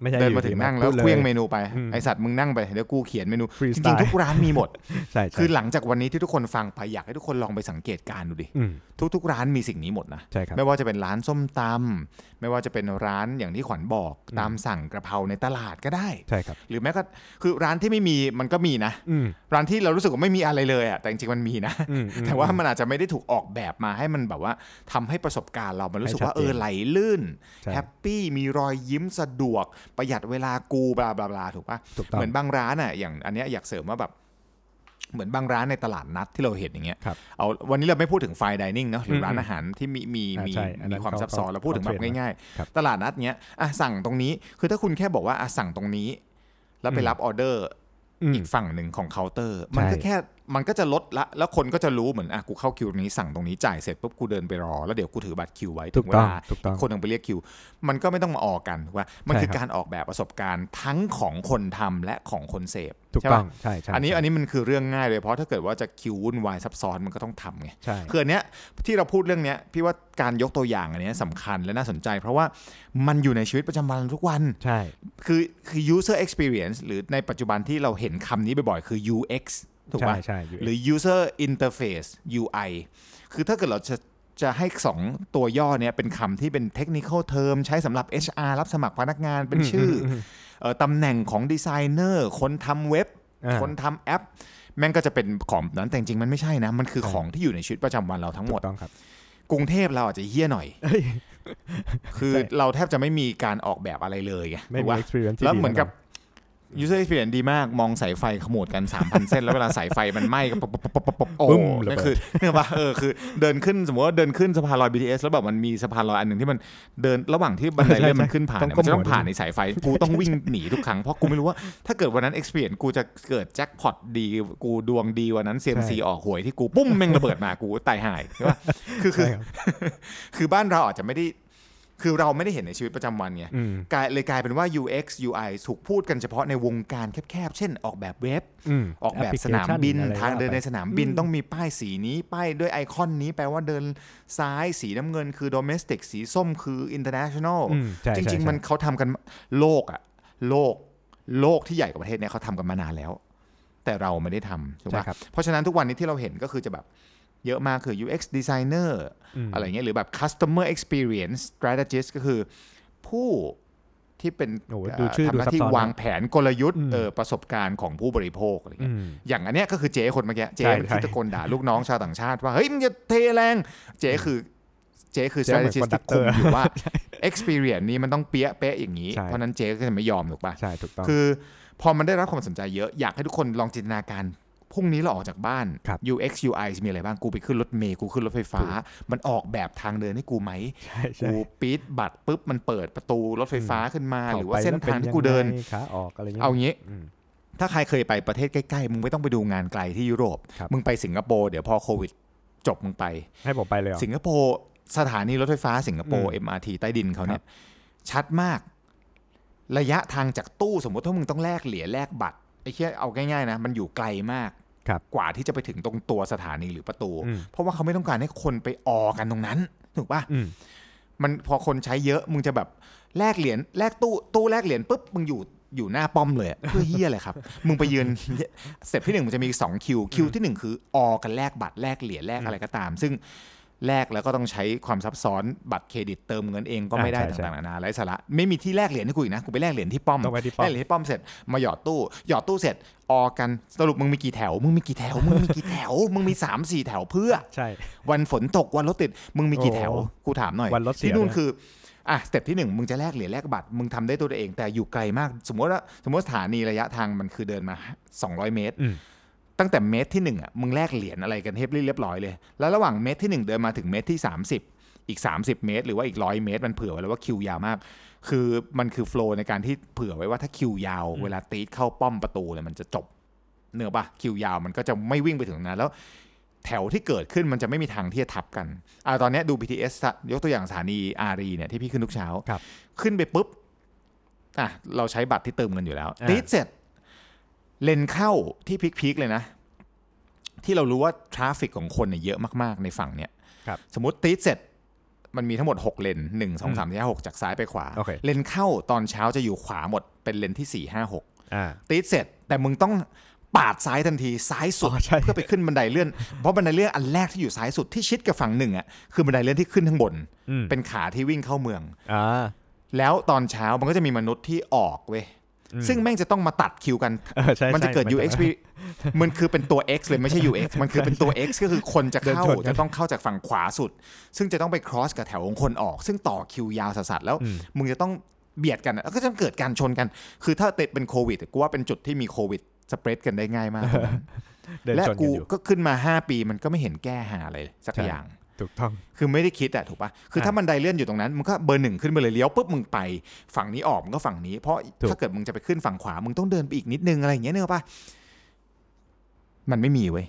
Speaker 2: ไม่ใช่
Speaker 1: เดิน
Speaker 2: อยู่
Speaker 1: มาถึงนั่ง
Speaker 2: ดี
Speaker 1: แล้ว
Speaker 2: พูด
Speaker 1: เคลื่องเมนูไป
Speaker 2: อืม
Speaker 1: ไอสัตว์มึงนั่งไป เดี๋ยวกูเขียนเมนู
Speaker 2: Freestyle
Speaker 1: จริงๆ ทุกร้านมีหมด
Speaker 2: *laughs* ใช่
Speaker 1: คื
Speaker 2: ใช่
Speaker 1: อหลังจากวันนี้ที่ทุกคนฟังไปอยากให้ทุกคนลองไปสังเกตการณ์ดูดิ
Speaker 2: อืม
Speaker 1: ทุกๆ ร้านมีสิ่งนี้หมดนะ
Speaker 2: ใช่ครับ
Speaker 1: ไม่ว่าจะเป็นร้านส้มตำไม่ว่าจะเป็นร้านอย่างที่ขวัญบอก
Speaker 2: อืม
Speaker 1: ตามสั่งกระเพราในตลาดก็ได้
Speaker 2: ใช่ครับ
Speaker 1: หรือแม้ก็คือร้านที่ไม่มีมันก็มีนะ
Speaker 2: อืม
Speaker 1: ร้านที่เรารู้สึกว่าไม่มีอะไรเลยอะแต่จริงๆมันมีนะ
Speaker 2: อืมอื
Speaker 1: แต่ว่ามันอาจจะไม่ได้ถูกออกแบบมาให้มันแบบว่าทำให้ประสบการณ์เรา มันรู้สึกว่า
Speaker 2: ให้ชัด
Speaker 1: เอ
Speaker 2: เจน
Speaker 1: อไหลลื่น
Speaker 2: ใช่
Speaker 1: แฮปปี้มีรอยยิ้มสะดวก ประหยัดเวลากูบลาบลาบลาถูกปะ
Speaker 2: ถูกต้อง
Speaker 1: เหมือนบางร้านอ่ะอย่างอันเนี้ยอยากเสริมว่าแบบเหมือนบางร้านในตลาดนัดที่เราเห็นอย่างเงี้ย
Speaker 2: ครับ
Speaker 1: เอาวันนี้เราไม่พูดถึงไฟดิเนิ่งเนาะหรืออ
Speaker 2: ม
Speaker 1: ร้านอาหารที่มีมี
Speaker 2: อ่า
Speaker 1: มี
Speaker 2: ใช่อันนั้
Speaker 1: มี
Speaker 2: น
Speaker 1: ความ
Speaker 2: เขา
Speaker 1: ซับซ้อน
Speaker 2: เขา
Speaker 1: เราพูดถึงแบบ
Speaker 2: เขาเทรน
Speaker 1: ง่าย
Speaker 2: ครับ
Speaker 1: ๆ ตลาดนัดเนี้ยอ่ะสั่งตรงนี้คือถ้าคุณแค่บอกว่าอ่ะสั่งตรงนี้ แล้วไป
Speaker 2: อืม
Speaker 1: รับออเดอร์
Speaker 2: อืม
Speaker 1: อีกฝั่งหนึ่งของเคาน์เตอร์ มันก็
Speaker 2: ใช่
Speaker 1: แค่มันก็จะลดละ แล้วคนก็จะรู้เหมือนอ่ะกูเข้าคิวตรงนี้สั่งตรงนี้จ่ายเสร็จปุ๊บกูเดินไปรอ แล้วเดี๋ยวกูถือบัตรคิวไว้
Speaker 2: ถู
Speaker 1: ถึ
Speaker 2: ก
Speaker 1: งเว
Speaker 2: ต้อง
Speaker 1: ลา
Speaker 2: ถูกต้อง
Speaker 1: คนหนึงไปเรียกคิว มันก็ไม่ต้องมาออกกันว่า มันคือ
Speaker 2: ใช่ครับ
Speaker 1: การออกแบบประสบการณ์ทั้งของคนทำและของคนเสพ
Speaker 2: ถูกต้
Speaker 1: ใช่ปะ
Speaker 2: องใช่ใช่
Speaker 1: อันนี้
Speaker 2: ใช่
Speaker 1: อันนี้มันคือเรื่องง่ายเลยเพราะถ้าเกิดว่าจะคิววุ่นวายซับซ้อนมันก็ต้องทำไง
Speaker 2: ใช่
Speaker 1: คืออันเนี้ยที่เราพูดเรื่องเนี้ยพี่ว่าการยกตัวอย่างอันเนี้ยสำคัญและน่าสนใจ เพราะว่ามันอยู่ในชีวิตประจำวันทุกวัน
Speaker 2: ใช่
Speaker 1: คือคือ user experience หรือในปัจจุบันที่เราเห็นคำนี้บ่อยๆ คือ UX ถูก
Speaker 2: ใช่
Speaker 1: ปะ
Speaker 2: ใช่อยู่
Speaker 1: หรือ user interface UI คือถ้าเกิดเราจะ จะให้สองตัวย่อเนี่ยเป็นคำที่เป็นเทคนิค a l เทอมใช้สำหรับ HR รับสมัครพนักงานเป็นชื่ออ
Speaker 2: ม
Speaker 1: เอ่อตำแหน่งของดีไซเนอร์คนทำเว็บ
Speaker 2: อ่า
Speaker 1: คนทำแอป แม่งก็จะเป็นของแบบนั้นแต่จริงๆมันไม่ใช่นะ มันคือ
Speaker 2: ใช่
Speaker 1: ของที่อยู่ในชีวิตประจำวันเราทั้งหม
Speaker 2: ถู
Speaker 1: ด
Speaker 2: กต้องครับ
Speaker 1: กรุงเทพเราอาจจะเฮี้ยหน่อย
Speaker 2: เอ้ย
Speaker 1: คือ
Speaker 2: ใช่
Speaker 1: เราแทบจะไม่มีการออกแบบอะไรเลยไง
Speaker 2: ไม่
Speaker 1: ถูก
Speaker 2: มี
Speaker 1: ปะ
Speaker 2: experience ที่
Speaker 1: แล้ว
Speaker 2: ดี
Speaker 1: เหมือนกับ
Speaker 2: ท่า
Speaker 1: user experience ดีมากมองสายไฟขมวดกัน 3,000 เส้น แล้วเวลา *laughs* สายไฟมันไหม้ก็ปบปบปบปบปบโอ้
Speaker 2: บึ้มระเบิด
Speaker 1: นั่นคือ *laughs* เนี่ยว่าเออคือเดินขึ้นสมมติว่าเดินขึ้นสะพานลอย BTS แล้วแบบมันมีสะพานลอยอันหนึ่งที่มันเดินระหว่างที่บันไดเลื่อนมันขึ้นผ่านเนี่ยมันจะต้องผ่านในสายไฟกูต้องวิ่งหนีทุกครั้งเพราะกูไม่รู้ว่าถ้าเกิดวันนั้น experience กูจะเกิดแจ็คพอตดีกูดวงดีวันนั้น CMC ออกหวยที่กูปุ้มแม่งระเบิดมากูตายหายใช่ปะคือคือ
Speaker 2: ใช่ครับ
Speaker 1: คือบ้านเราอาจจะไม่ได้คือเราไม่ได้เห็นในชีวิตประจำวันไง
Speaker 2: อืม
Speaker 1: กลายเลยกลายเป็นว่า UX UI ถูกพูดกันเฉพาะในวงการแคบๆ เช่นออกแบบเว็บ
Speaker 2: อืม
Speaker 1: ออกแบบสนามบิน
Speaker 2: application อะไร
Speaker 1: ทางเดินใน
Speaker 2: ว่ไป
Speaker 1: สนามบิน
Speaker 2: อืม
Speaker 1: ต้องมีป้ายสีนี้ ป้ายด้วยไอคอนนี้แปลว่าเดินซ้ายสีน้ำเงินคือ domestic สีส้มคือ international
Speaker 2: อืมใช่
Speaker 1: จ
Speaker 2: ใช่
Speaker 1: ริง
Speaker 2: ใช่
Speaker 1: ๆ มันเขาทำกันโลกอะโลกโลกที่ใหญ่กว่าประเทศเนี่ยเขาทำกันมานานแล้ว แต่เราไม่ได้ทำถูก
Speaker 2: ใช่
Speaker 1: ปะ
Speaker 2: ครับ
Speaker 1: เพราะฉะนั้นทุกวันนี้ที่เราเห็นก็คือจะแบบเยอะมากคือ UX designer
Speaker 2: ม
Speaker 1: อะไรเงี้ยหรือแบบ customer experience strategist ก็คือผู้ที่เป็น
Speaker 2: โอ้โห
Speaker 1: เอ่
Speaker 2: ดู
Speaker 1: อ
Speaker 2: ชื่อ
Speaker 1: ทำ
Speaker 2: ดู
Speaker 1: หน้า
Speaker 2: ซับ
Speaker 1: ที่
Speaker 2: ซ้อน
Speaker 1: วางแผนกลยุทธ์
Speaker 2: อืม
Speaker 1: เออประสบการณ์ของผู้บริโภคอะไร
Speaker 2: อื
Speaker 1: เงี้ย
Speaker 2: ม
Speaker 1: อย่างอันเนี้ยก็คือเจ๊คนเมื่อกี้เจ๊
Speaker 2: ใช่
Speaker 1: เป็นที่
Speaker 2: ใช่
Speaker 1: ตะโกนด่าลูกน้องชาวต่างชาติว่า เฮ้ยมึงจะเทแรง เจ๊คือเจ๊คือ
Speaker 2: เจ๊เหมือน
Speaker 1: strategist ที่คุมอยู่ว่า
Speaker 2: *laughs*
Speaker 1: experience นี้มันต้องเปี้ยะเป๊ะอย่างนี้
Speaker 2: ใช่
Speaker 1: เพราะฉะนั้นเจ๊ก็จะไม่ยอมถูกปะ
Speaker 2: ใช่ถูกต้อง
Speaker 1: คือพอมันได้รับความสนใจเยอะอยากให้ทุกคนลองจินตนาการพรุ่งนี้เราออกจากบ้าน
Speaker 2: ครับ
Speaker 1: UX UI มีอะไรบ้าง กูไปขึ้นรถเมย์กูขึ้นรถไฟฟ้า มันออกแบบทางเดินให้กูไหม
Speaker 2: ใช่ใช่
Speaker 1: กูปีดบัตรปุ๊บมันเปิดประตูรถไฟฟ้าขึ้นมา หรือว่า
Speaker 2: ข้ไป
Speaker 1: เส้นทางที่กูเดิน
Speaker 2: แล้วป็ยังไงขาออกอะไรเงี้ย
Speaker 1: เอางี้
Speaker 2: อืม
Speaker 1: ถ้าใครเคยไปประเทศใกล้ๆ มึงไม่ต้องไปดูงานไกลที่ยุโรป
Speaker 2: ครับ
Speaker 1: มึงไปสิงคโปร์เดี๋ยวพอโควิดจบมึงไป
Speaker 2: ให้ผมไปเลยเหรอ
Speaker 1: สิงคโปร์สถานีรถไฟฟ้าสิงคโปร์ MRT ใต้ดินเขาเนี่ยชัดมาก ระยะทางจากตู้สมมติถ้ามึงต้องแลกเหรียญแลกบัตรไอ้เหี้ยเอาง่ายๆนะ มันอยู่ไกลมาก
Speaker 2: ครับ
Speaker 1: กว่าที่จะไปถึงตรงตัวสถานีหรือประตู
Speaker 2: อืม
Speaker 1: เพราะว่าเขาไม่ต้องการให้คนไปออกันตรงนั้น ถูกปะ
Speaker 2: อืม
Speaker 1: มันพอคนใช้เยอะมึงจะแบบแลกเหรียญแลกตู้ตู้แลกเหรียญปุ๊บมึงอยู่อยู่หน้าป้อมเลยอะเพื่อเฮียอะไรครับ มึงไปยืน *laughs* สเต็ปที่หนึ่งมันจะมีสองคิวคิวที่หนึ่งคือออกันแลกบัตรแลกเหรียญแลกอะไรก็ตาม ซึ่งแลกแล้วก็ต้องใช้ความซับซ้อนบัตรเครดิตเติมเงินเองก็ไม่ได้
Speaker 2: อ่าใช่ใช่
Speaker 1: ต่างๆนานาไร้สาระไม่มีที่แลกเหรียญให้กูอีกนะกูไปแลกเหรียญที่ป้อม
Speaker 2: ต้องไปที่ป้อ
Speaker 1: แล่
Speaker 2: ม
Speaker 1: นเหรียญที่ป้อมเสร็จมาหยอดตู้หยอดตู้เสร็จออกันสรุปมึงมีกี่แถวมึงมีกี่แถวมึงมีกี่แถวมึงมีสามสี่แถวเพื่อ
Speaker 2: ใช่
Speaker 1: วันฝนตกวันรถติด มึงมีกี่แถว
Speaker 2: โอ้
Speaker 1: กูถามหน่อย
Speaker 2: วันรถเสีย
Speaker 1: ที่นู่น
Speaker 2: ด้วย
Speaker 1: คืออ่ะสเต็ปที่หนึ่งมึงจะแลกเหรียญแลกบัตรมึงทำได้ตัวเอง แต่อยู่ไกลมาก สมมติว่าสมมติสถานีระยะทางมันคือเดินมา 200 เมตร
Speaker 2: อืม
Speaker 1: ตั้งแต่เมตรที่หนึ่งอ่ะมึงแลกเหรียญอะไรกันเทบเรียบร้อยเลย แล้วระหว่างเมตรที่หนึ่งเดินมาถึงเมตรที่ 30 อีก 30 เมตร หรือว่าอีกร้อยเมตร มันเผื่อไว้แล้วว่าคิวยาวมาก คือมันคือโฟลในการที่เผื่อไว้ว่าถ้าคิวยาว เวลาตีดเข้าป้อมประตูเนี่ยมันจะจบเนื้อปะคิวยาวมันก็จะไม่วิ่งไปถึงตรงนั้นแล้ว แถวที่เกิดขึ้นมันจะไม่มีทางที่จะทับกันอ่าตอนเนี้ยดู BTS อะยกตัวอย่างสถานีอารีเนี่ยที่พี่ขึ้นทุกเช้า
Speaker 2: ครับ
Speaker 1: ขึ้นไปปุ๊บอ่ะเราใช้บัตรที่เติมเงินอยู่แล้ว
Speaker 2: อ่า
Speaker 1: ตีดเสร็จ เลนเข้าที่พีคๆเลยนะ ที่เรารู้ว่าทราฟฟิกของคนเนี่ยเยอะมากๆในฝั่งเนี่ย
Speaker 2: ครับ
Speaker 1: สมมติตีดเสร็จมันมีทั้งหมด 6 เลน1 2 3 4 5 6 จากซ้ายไปขวา
Speaker 2: โอเค
Speaker 1: เลนเข้าตอนเช้าจะอยู่ขวาหมดเป็นเลนที่ 4 5 6
Speaker 2: อ่า
Speaker 1: ตีดเสร็จแต่มึงต้องปาดซ้ายทันทีซ้ายสุด
Speaker 2: อ๋อใช่
Speaker 1: เพื่อไปขึ้นบันไดเลื่อนเพราะบันไดเลื่อนอันแรกที่อยู่ซ้ายสุดที่ชิดกับฝั่งหนึ่งอ่ะคือบันไดเลื่อนที่ขึ้นข้างบน
Speaker 2: อืม
Speaker 1: เป็นขาที่วิ่งเข้าเมือง
Speaker 2: อ่า
Speaker 1: แล้วตอนเช้ามันก็จะมีมนุษย์ที่ออกเว้ย
Speaker 2: อืม
Speaker 1: ซึ่งแม่งจะต้องมาตัดคิวกัน
Speaker 2: เออใช่
Speaker 1: มันจะ
Speaker 2: ใช่
Speaker 1: เกิด
Speaker 2: หมือ *laughs*
Speaker 1: UX มันคือเป็นตัว X เลยไม่ใช่ UX มันคือเป็นตัว X ก็คือคนจะเข้า
Speaker 2: เดินชนกัน
Speaker 1: จะต้องเข้าจากฝั่งขวาสุด ซึ่งจะต้องไป cross กับแถวของคนออก ซึ่งต่อคิวยาวสัสๆแล้ว
Speaker 2: อืม
Speaker 1: มึงจะต้องเบียดกันแล้วก็จะเกิดการชนกัน คือถ้าเตดเป็นโควิดกูว่าเป็นจุดที่มีโควิดสเปรดกันได้ง่ายมาก
Speaker 2: *laughs* เดิน
Speaker 1: และ
Speaker 2: ชนกั
Speaker 1: กู
Speaker 2: นอยู่
Speaker 1: ก็ขึ้นมา 5 ปีมันก็ไม่เห็นแก้หาอะไรสัก
Speaker 2: ใช่
Speaker 1: อย่าง
Speaker 2: ถูกต้อง
Speaker 1: คือไม่ได้คิดอะถูกปะคือถ้า
Speaker 2: อ่ะ
Speaker 1: มันไดเลื่อนอยู่ตรงนั้นมึงก็เบอร์หนึ่งขึ้นไปเลยเลี้ยวปุ๊บมึงไปฝั่งนี้ออกมึงก็ฝั่งนี้ เพราะ
Speaker 2: ถูก
Speaker 1: ถ้าเกิดมึงจะไปขึ้นฝั่งขวา มึงต้องเดินไปอีกนิดนึงอะไรอย่างเงี้ยเนกอะปะมันไม่มีเว้ย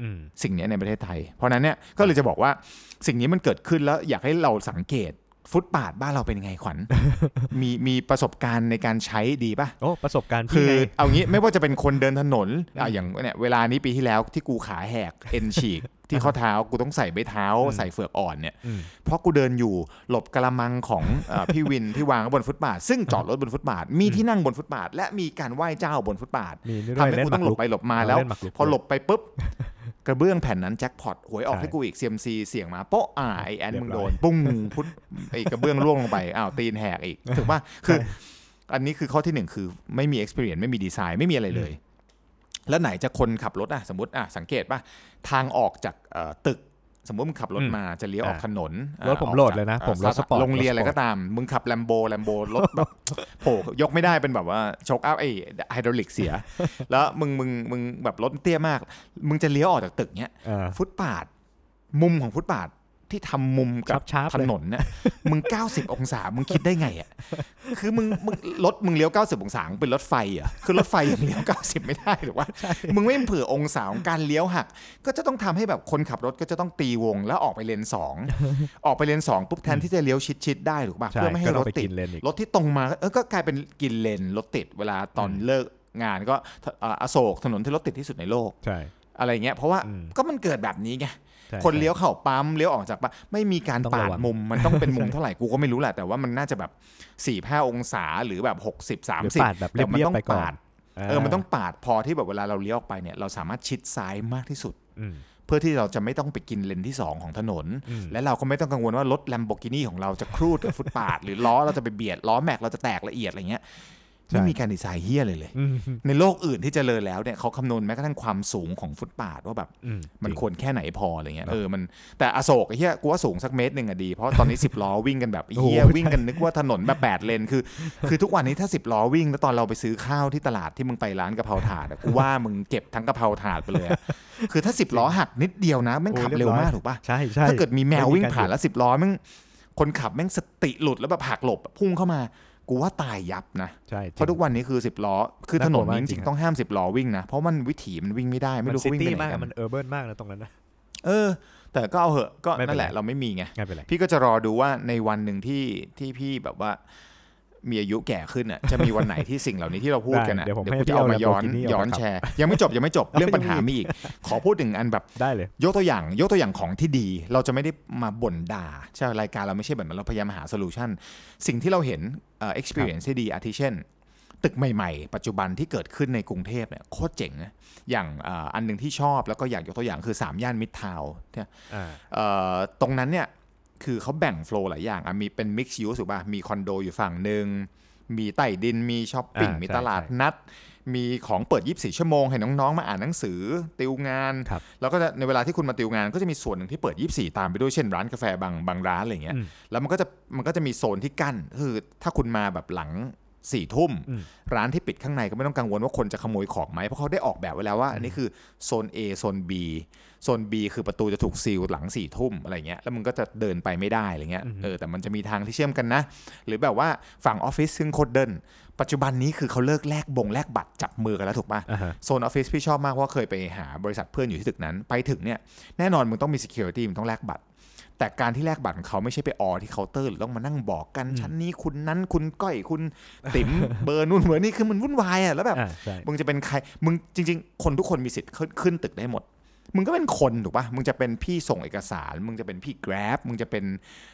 Speaker 2: อืม
Speaker 1: สิ่งเนี้ยในประเทศไทย เพราะฉะนั้นเนี่ยก็เลยจะบอกว่าสิ่งนี้มันเกิดขึ้นแล้วอยากให้เราสังเกตฟุตปาดบ้านเราเป็นยังไงขวัญ มีมีประสบการณ์ในการใช้ดีปะ
Speaker 2: โอ้ ประสบการณ์
Speaker 1: คื
Speaker 2: พี่
Speaker 1: อ
Speaker 2: ไง
Speaker 1: เอางี้ไม่ว่าจะเป็นคนเดินถนนอ่ะอย่างเนี่ยเวลานี้ปีที่แล้วที่กูขาแหกเอ็นฉีก ที่ข้อเท้ากูต้องใส่ใบเท้า
Speaker 2: อืม
Speaker 1: ใส่เฟือกอ่อนเนี่ย
Speaker 2: อืม
Speaker 1: เพราะกูเดินอยู่หลบกระมังของ *laughs* เอ่อ พี่วินที่วางไว้บนฟุตบาท ซึ่งจอดรถบนฟุตบาท มีที่นั่งบนฟุตบาท และมีการไหว้เจ้าบนฟุตบาท
Speaker 2: *laughs* มีนี่ด้ว
Speaker 1: ทำ
Speaker 2: ย
Speaker 1: ให้
Speaker 2: เล่น
Speaker 1: กู
Speaker 2: ห
Speaker 1: ต้
Speaker 2: มา
Speaker 1: อก งหล
Speaker 2: รุ
Speaker 1: บ
Speaker 2: ก
Speaker 1: ไปหลบมา
Speaker 2: เอา
Speaker 1: แล้ว
Speaker 2: เล่นหมากรุก
Speaker 1: พอหลบไปปุ๊บ กระเบื้องแผ่นนั้นแจ็คพอตหวยออก
Speaker 2: ใช่
Speaker 1: ให้กูอีกเซียมซีเสียงมาโป๊ะอ่าไอแอน
Speaker 2: เรียบ
Speaker 1: มึงโด
Speaker 2: ร้อน ย
Speaker 1: ปุ้งพุทไอกระเบื้องร่วงลงไปอ้าวตีนแหกอีกถูกป่ะคืออันนี้คือข้อที่หนึ่งคือไม่มี experience ไม่มีดีไซน์ไม่มีอะไรเลย แล้วไหนจะคนขับรถอ่ะสมมติอ่ะสังเกตป่ะทางออกจากเอ่อตึก สมมติมึงขับรถ
Speaker 2: อืม
Speaker 1: มาจะเลี้ยวออก
Speaker 2: อ่ะ
Speaker 1: ถนนอ่ะ
Speaker 2: รถผม
Speaker 1: ออก
Speaker 2: โหลด
Speaker 1: จาก
Speaker 2: เลยนะ
Speaker 1: อ่
Speaker 2: ผมรถสปอร์ต
Speaker 1: โรงเรียนอะไร
Speaker 2: รถสปอร์ต
Speaker 1: ก็ตาม มึงขับแลมโบแลมโบรถแบบ *laughs* โผล่ยกไม่ได้เป็นแบบว่าโชกอัพไอ้ไฮดรอลิกเสีย *laughs* แล้วมึงมึงมึงแบบรถเตี้ยมาก มึงจะเลี้ยวออกจากตึกเนี้ย
Speaker 2: อ่า
Speaker 1: ฟุตปาด มุมของฟุตปาดที่ทำมุมกับ
Speaker 2: ชาร์ปๆ
Speaker 1: ถ
Speaker 2: เลย
Speaker 1: นน
Speaker 2: *laughs*
Speaker 1: เนี่ยมึง 90 องศา มึงคิดได้ไงอ่ะคือมึงมึงรถมึงเลี้ยว 90 องศามึงเป็นรถไฟเหรอ่ะคือรถไฟยังเลี้ยว 90 ไม่ได้หรือว่า มึงไม่เผื่อองศาของการเลี้ยวหัก ก็จะต้องทำให้แบบคนขับรถก็จะต้องตีวงแล้วออกไปเลนส
Speaker 2: *laughs*
Speaker 1: อง ออกไปเลนสองปุ๊บแทนที่จะเลี้ยวชิดๆได้ถูกป่ะ
Speaker 2: ใช่
Speaker 1: เพื่อไม่ให้
Speaker 2: ก็
Speaker 1: ร
Speaker 2: ต้อง
Speaker 1: ถ
Speaker 2: ไป
Speaker 1: ติ
Speaker 2: กิ
Speaker 1: ด
Speaker 2: นเลนอีก
Speaker 1: รถที่ตรงมาเออก็กลายเป็นกินเลนรถติดเวลาตอน
Speaker 2: อืม
Speaker 1: เลิกงานก็เอ่ออโศกถนนที่รถติดที่สุดในโลก
Speaker 2: ใช่
Speaker 1: อะไรเงี้ยเพราะว่า
Speaker 2: อืม
Speaker 1: ก็มันเกิดแบบนี้ไง
Speaker 2: ใช่
Speaker 1: คนเลี้ยวเข่าปั๊มเลี้ยวออกจากปั๊มไม่มีการ
Speaker 2: ต้อง
Speaker 1: ปา
Speaker 2: ระ
Speaker 1: ด
Speaker 2: วัง
Speaker 1: มุมมันต้องเป็นมุมเท่าไหร่กูก็ไม่รู้แหละแต่ว่ามันน่าจะแบบ4ี่ห้าองศาหรือแบบ 60
Speaker 2: หรือ
Speaker 1: 30
Speaker 2: ปาดแบบเรียบๆ
Speaker 1: มัต้อง
Speaker 2: ไปก่อน
Speaker 1: ปาดเออมันต้องปาดพอที่แบบเวลาเราเลี้ยวออกไปเนี่ยเราสามารถชิดซ้ายมากที่สุด
Speaker 2: อืม
Speaker 1: เพื่อที่เราจะไม่ต้องไปกินเลนที่สองของถนน
Speaker 2: อืม
Speaker 1: และเราก็ไม่ต้องกังวลว่ารถแลมโบกินีของเราจะครูดกับฟุตปาด หรือล้อเราจะไปเบียดล้อแม็กเราจะแตกละเอียดอะไรเงี้ยไม่มีการดีไซน์เฮี้ยเลยเลย
Speaker 2: อืม
Speaker 1: ในโลกอื่นที่เจริญแล้วเนี่ยเขาคำนวณแม้กระทั่งความสูงของฟุตปาดว่าแบบ
Speaker 2: อืม
Speaker 1: มัน
Speaker 2: จริง
Speaker 1: ควรแค่ไหนพออะไรเงี้ย
Speaker 2: เนอะ
Speaker 1: เออมันแต่อโศกไอ้เหี้ยกูว่าสูงสักเมตรหนึ่งอะดี เพราะตอนนี้ 10 ล้อวิ่งกันแบบไอ้เหี้ย
Speaker 2: โอ้โห
Speaker 1: วิ่งกันนึกว่าถนนแบบ8เลน *laughs* คือ คือทุกวันนี้ถ้า 10 ล้อวิ่งแล้วตอนเราไปซื้อข้าวที่ตลาดที่มึงไปร้านกะเพราถาดอะกูว่ามึงเก็บทั้งกะเพราถาดไปเลยอะ *laughs* คือถ้า 10 ล้อหักนิดเดียวนะแม่ง
Speaker 2: โอ้ย
Speaker 1: ขับ
Speaker 2: ย
Speaker 1: เร็ว
Speaker 2: อย
Speaker 1: มากถูกปะ
Speaker 2: ใช่ใช่
Speaker 1: ถ้าเกิดมีแมววิ่ง
Speaker 2: กร
Speaker 1: ผ่านแล้ว 10 ล้อแม่งคนขับแม่งสติหลุดแล้วแบบหักหลบพุ่งเข้ามากูว่าตายยับนะ
Speaker 2: ใช่จง
Speaker 1: เพราะทุกวันนี้คือ10ล้อคือถนนนี้จ
Speaker 2: น่ากลัวมากจริ
Speaker 1: ริ
Speaker 2: งอะ
Speaker 1: งๆต้องห้าม10ล้อวิ่งนะเพราะมันวิถีมันวิ่งไม่ได้ไม่
Speaker 2: มัน
Speaker 1: รู้
Speaker 2: ซิ
Speaker 1: เขาวิ่ง
Speaker 2: ตี้
Speaker 1: ไปไหน
Speaker 2: มาก
Speaker 1: กั
Speaker 2: อะ
Speaker 1: น
Speaker 2: มันเออร์เบิร์นมากนะตรงนั้นนะ
Speaker 1: เออ แต่ก็เอาเหอะก็
Speaker 2: ไม่เป็น
Speaker 1: นั่นแหละ
Speaker 2: ไร
Speaker 1: เราไม่มีไง
Speaker 2: ง่ายไปเลย
Speaker 1: พี่ก็จะรอดูว่าในวันหนึ่งที่ที่พี่แบบว่า มีอายุแก่ขึ้
Speaker 2: *laughs*
Speaker 1: นอ่ะ จะมีวันไหนที่สิ่งเหล่านี้ที่เราพูดกันอ่ะ
Speaker 2: ได้เดี๋ยวผม
Speaker 1: กู
Speaker 2: ให้พี่
Speaker 1: จะเอามาย้อน
Speaker 2: Lamborghini
Speaker 1: ย้อน
Speaker 2: เอามาขับ
Speaker 1: แชร์ ยังไม่จบยังไม่จบ เรื่องปัญหา
Speaker 2: ยังไม่
Speaker 1: มีอีก ขอพูดถึงอันแบบ
Speaker 2: ได้เลย
Speaker 1: ยกตัวอย่าง ยกตัวอย่างของที่ดี เราจะไม่ได้มาบ่นด่าใช่รายการเราไม่ใช่แบบนั้นเราพยายามหาโซลูชันสิ่งที่เราเห็นเอ่อ experience ที่ดีอาทิเช่น ตึกใหม่ๆ ปัจจุบันที่เกิดขึ้นในกรุงเทพเนี่ยโคตรเจ๋งนะอย่างเอ่ออันหนึ่งที่ชอบแล้วก็อยากยกตัวอย่างคือ 3 ย่านมิดทาวน์เนี่ย
Speaker 2: อ่า
Speaker 1: เอ่อตรงนั้นเนี่ยคือเขาแบ่งโฟล์หลายอย่างอ่ะมีเป็นมิกซ์ยูสถูกป่ะมีคอนโดอยู่ฝั่งหนึ่งมีใต้ดินมีช้อปปิ้ง
Speaker 2: อ่ามี
Speaker 1: มีตลาดนัด มีของเปิด 24 ชั่วโมง ให้น้องๆ มาอ่านหนังสือติวงาน
Speaker 2: ครับ
Speaker 1: แล้วก็จะในเวลาที่คุณมาติวงานก็จะมีส่วนหนึ่งที่เปิด 24 ตามไปด้วยเช่นร้านกาแฟบางบางร้านอะไรเงี้ย
Speaker 2: อืม
Speaker 1: แล้วมันก็จะมันก็จะมีโซนที่กั้นคือถ้าคุณมาแบบหลังสี่ทุ่ม
Speaker 2: อืม
Speaker 1: ร้านที่ปิดข้างในก็ไม่ต้องกังวลว่าคนจะขโมยของไหมเพราะเขาได้ออกแบบไว้แล้วว่าอันนี้คือโซน A โซน B โซน B คือประตูจะถูกซีลหลังสี่ทุ่มอะไรเงี้ย แล้วมึงก็จะเดินไปไม่ได้อะไรเงี้ย
Speaker 2: อือฮึ
Speaker 1: เออ แต่มันจะมีทางที่เชื่อมกันนะ หรือแบบว่าฝั่งออฟฟิศซึ่งโคตรเดิน ปัจจุบันนี้คือเขาเลิกแลกบงแลกบัตรจับมือกันแล้วถูกปะ
Speaker 2: อ่าฮะ
Speaker 1: โซนออฟฟิศพี่ชอบมากเพราะเคยไปหาบริษัทเพื่อนอยู่ที่ตึกนั้น ไปถึงเนี่ยแน่นอนมึงต้องมี Security มึงต้องแลกบัตร แต่การที่แลกบัตรของเขาไม่ใช่ไปออที่เคาน์เตอร์หรือต้องมานั่งบอกกัน
Speaker 2: อืม
Speaker 1: ชั้นนี้คุณนั้นคุณก้อยคุณติ๋ม *laughs* เบอร์นู่นเบอร์นี่คือมันวุ่นวายอะแล้วแบบ
Speaker 2: อ่าใช่
Speaker 1: มึงจะเป็นใคร มึงจริง ๆ คนทุกคนมีสิทธิ์ขึ้นขึ้นตึกได้หมด มึงก็เป็นคนถูกปะมึงจะเป็นพี่ส่งเอกสาร มึงจะเป็นพี่แกร็บมึงจะเป็น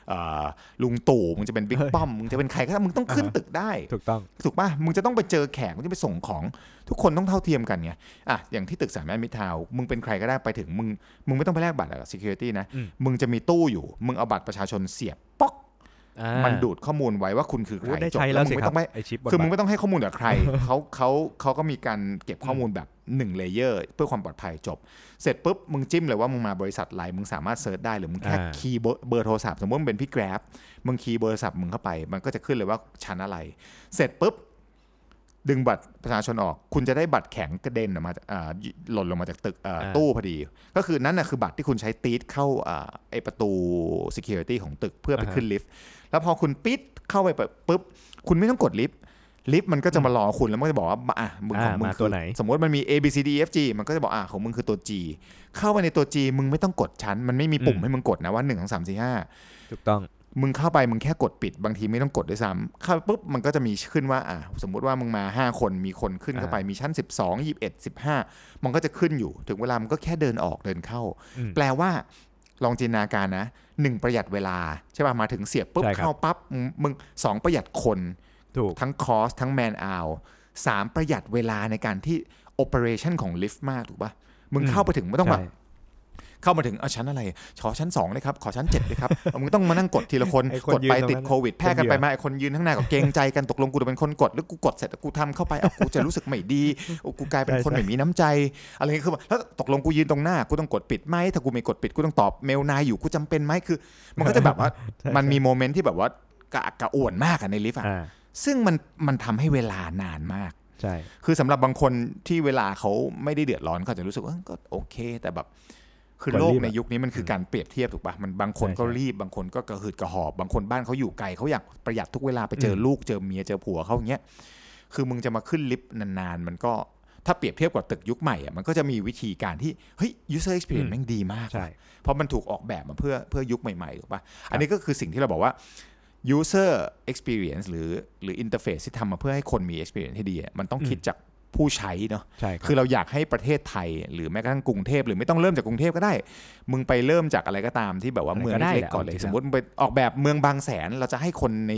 Speaker 1: เอ่อลุงตู่ มึงจะเป็นบิ๊ก
Speaker 2: เฮ้ย
Speaker 1: ป้อม มึงจะเป็นใครก็ได้มึงต้องขึ้น
Speaker 2: อ่าฮะ
Speaker 1: ตึกได้
Speaker 2: ถูกต้อง
Speaker 1: ถูกป่ะ มึงจะต้องไปเจอแขก มึงจะไปส่งของ ทุกคนต้องเท่าเทียมกันไง อ่ะ อย่างที่ตึกสามย่านมิตรทาวน์มึงเป็นใครก็ได้ไปถึง มึง มึงไม่ต้องไปแลกบัตรกับ security นะ
Speaker 2: อืม
Speaker 1: มึงจะมีตู้อยู่ มึงเอาบัตรประชาชนเสียบ ป๊อก
Speaker 2: อ่า
Speaker 1: มันดูดข้อมูลไว้ว่าคุณคือใค
Speaker 2: โอ้
Speaker 1: ร
Speaker 2: ได้
Speaker 1: จบ
Speaker 2: ใช้แล้
Speaker 1: แล้ว วมึ
Speaker 2: สิ
Speaker 1: งไม่
Speaker 2: ครับ
Speaker 1: ต้องไป
Speaker 2: ไอชิปบน
Speaker 1: คือมึง
Speaker 2: บัตร
Speaker 1: ไม่ต้องให้ข้อมูลกับใคร *laughs* เขาเขาเขาก็มีการเก็บข้อมูลแบบ1เลเยอร์เพื่อความปลอดภัยจบ เสร็จปุ๊บ มึงจิ้มเลยว่ามึงมาบริษัทอะไรมึงสามารถเซิร์ชได้หรือมึงแค่
Speaker 2: อ่า
Speaker 1: คีย์เบอร์เบอร์โทรศัพท์สมมติมึงเป็นพี่แกร็บมึงคีย์เบอร์โทรศัพท์มึงเข้าไป มันก็จะขึ้นเลยว่าชั้นอะไร เสร็จปุ๊บ ดึงบัตรประชาชนออก คุณจะได้บัตรแข็งกระเด็นออกมาจากอ่าหล่นลงมาจากตึกอ่า
Speaker 2: อ่า
Speaker 1: ตู้พอดี ก็คือนั่นน่ะคือบัตรที่คุณใช้ตีดเข้าอ่าไอประตู security ของตึกเพื่อไปขึ้นลิฟต์แล้วพอคุณปิดเข้าไปปุ๊บ คุณไม่ต้องกดลิฟต์ลิฟต์มันก็จะมารอคุณแล้วมันก็จะบอกว่ามาอ่ะมึงของ
Speaker 2: อ่า
Speaker 1: มึง
Speaker 2: มา
Speaker 1: คื
Speaker 2: ตัว
Speaker 1: อ
Speaker 2: ไหน
Speaker 1: สมมติมันมี A B C D E F G มันก็จะบอกอ่ะของมึงคือตัว G เข้าไปในตัว G มึงไม่ต้องกดชั้น มันไม่มีปุ่มให้มึงกดนะว่า1 2 3 4 5
Speaker 2: ถูกต้อง
Speaker 1: มึงเข้าไปมึงแค่กดปิดบางทีไม่ต้องกดด้วยซ้ำเข้าไปปุ๊บมันก็จะมีขึ้นว่าอ่ะสมมุติว่ามึงมา 5 คนมีคนขึ้นเข้าไปมีชั้น 12 21 15 มันก็จะขึ้นอยู่ ถึงเวลามันก็แค่เดินออกเดินเข้า
Speaker 2: อืม
Speaker 1: แปลว่าลองจินตนาการนะหนึ่งประหยัดเวลา ใช่ป่ะมาถึงเสียบปุ๊บ
Speaker 2: ใช่ครับ
Speaker 1: เข้าปั๊บมึงมึงสองประหยัดคน
Speaker 2: ถูก
Speaker 1: ทั้งคอสทั้งแมนอาสามประหยัดเวลาในการที่โอเปอเรชันของลิฟต์มากถูกป่ะมึง
Speaker 2: อืม
Speaker 1: เข้าไปถึงไม่ต้องแบบ
Speaker 2: ใช่
Speaker 1: เข้ามาถึงเอาชั้นอะไร ขอชั้นสองเลยครับ ขอชั้นเจ็ดเลยครับ
Speaker 2: *laughs*
Speaker 1: เอามึงต้องมานั่งกดทีละคน
Speaker 2: ไอ้คน
Speaker 1: กดไป
Speaker 2: ยืนตรงนั้น
Speaker 1: ติดโควิด แพร่กั
Speaker 2: ค
Speaker 1: น
Speaker 2: นเดียว
Speaker 1: ไปมาไอ้คนยืนข้างหน้าก็เกรงใจกันตกลงกูจะเป็นคนกดหรือกูกดเสร็จแล้วกูทำเข้าไปเอากูจะรู้สึกไม่ดีโอ้กูกลายเป็นคนไม่มีน้ำใจ อะไรเงี้ยคือแบบแล้วตกลงกูยืนตรงหน้ากูต้องกดปิดไหมถ้ากูไม่กดปิดกูต้องตอบเมลนายอยู่กูจำเป็นไหมคือ มันก็จะแบบว่า
Speaker 2: ใช่
Speaker 1: มันมีโมเมนต์ที่แบบว่ากระอักกระอ่วนมากอะในลิฟต์อะ
Speaker 2: อ่า
Speaker 1: ซึ่งมันมันทำให้เวลานานมาก
Speaker 2: ใช่
Speaker 1: คือสำหรับบางคนที่เวลาเขาไม่ได้เดือดร้อนเขาจะรู้สึกว่าเอ้ยก็โอเค แต่แบบ คือ
Speaker 2: คนรีบ
Speaker 1: โลกใน
Speaker 2: อะ
Speaker 1: ยุคนี้มันคือการเปรียบเทียบถูกปะมันบางคน
Speaker 2: ใช่ใช่
Speaker 1: ก็รีบบางคนก็กระหืดกระหอบ บางคนบ้านเขาอยู่ไกลเขาอยากประหยัดทุกเวลาไปเจออลูกเจอเมียเจอผัวเขาอย่างเงี้ยคือมึงจะมาขึ้นลิฟต์นานๆ มันก็ถ้าเปรียบเทียบกับตึกยุคใหม่อะมันก็จะมีวิธีการที่เฮ้ย user
Speaker 2: อื
Speaker 1: experience
Speaker 2: ม
Speaker 1: แม่งดีมาก
Speaker 2: ใช่
Speaker 1: ว่ะ เพราะมันถูกออกแบบมาเพื่อเพื่อยุคใหม่ๆถูกปะ่ะ อันนี้ก็คือสิ่งที่เราบอกว่า user experience หรือหรือ interface ที่ทำมาเพื่อให้คนมี experience ที่ดีอะมันต้อง
Speaker 2: อืม
Speaker 1: คิดจากผู้ใช้เนาะ
Speaker 2: ใช่ค
Speaker 1: คื
Speaker 2: รับ
Speaker 1: อเราอยากให้ประเทศไทย หรือแม้กระทั่งกรุงเทพหรือไม่ต้องเริ่มจากกรุงเทพก็ได้ มึงไปเริ่มจากอะไรก็ตามที่แบบว่า
Speaker 2: อะไร
Speaker 1: เมือง
Speaker 2: ก็ได้
Speaker 1: เล็ก
Speaker 2: แหละ
Speaker 1: ๆก่อนเลย
Speaker 2: เอาจริงๆ
Speaker 1: สมมติมึงไปออกแบบเมืองบางแสน เราจะให้คนใน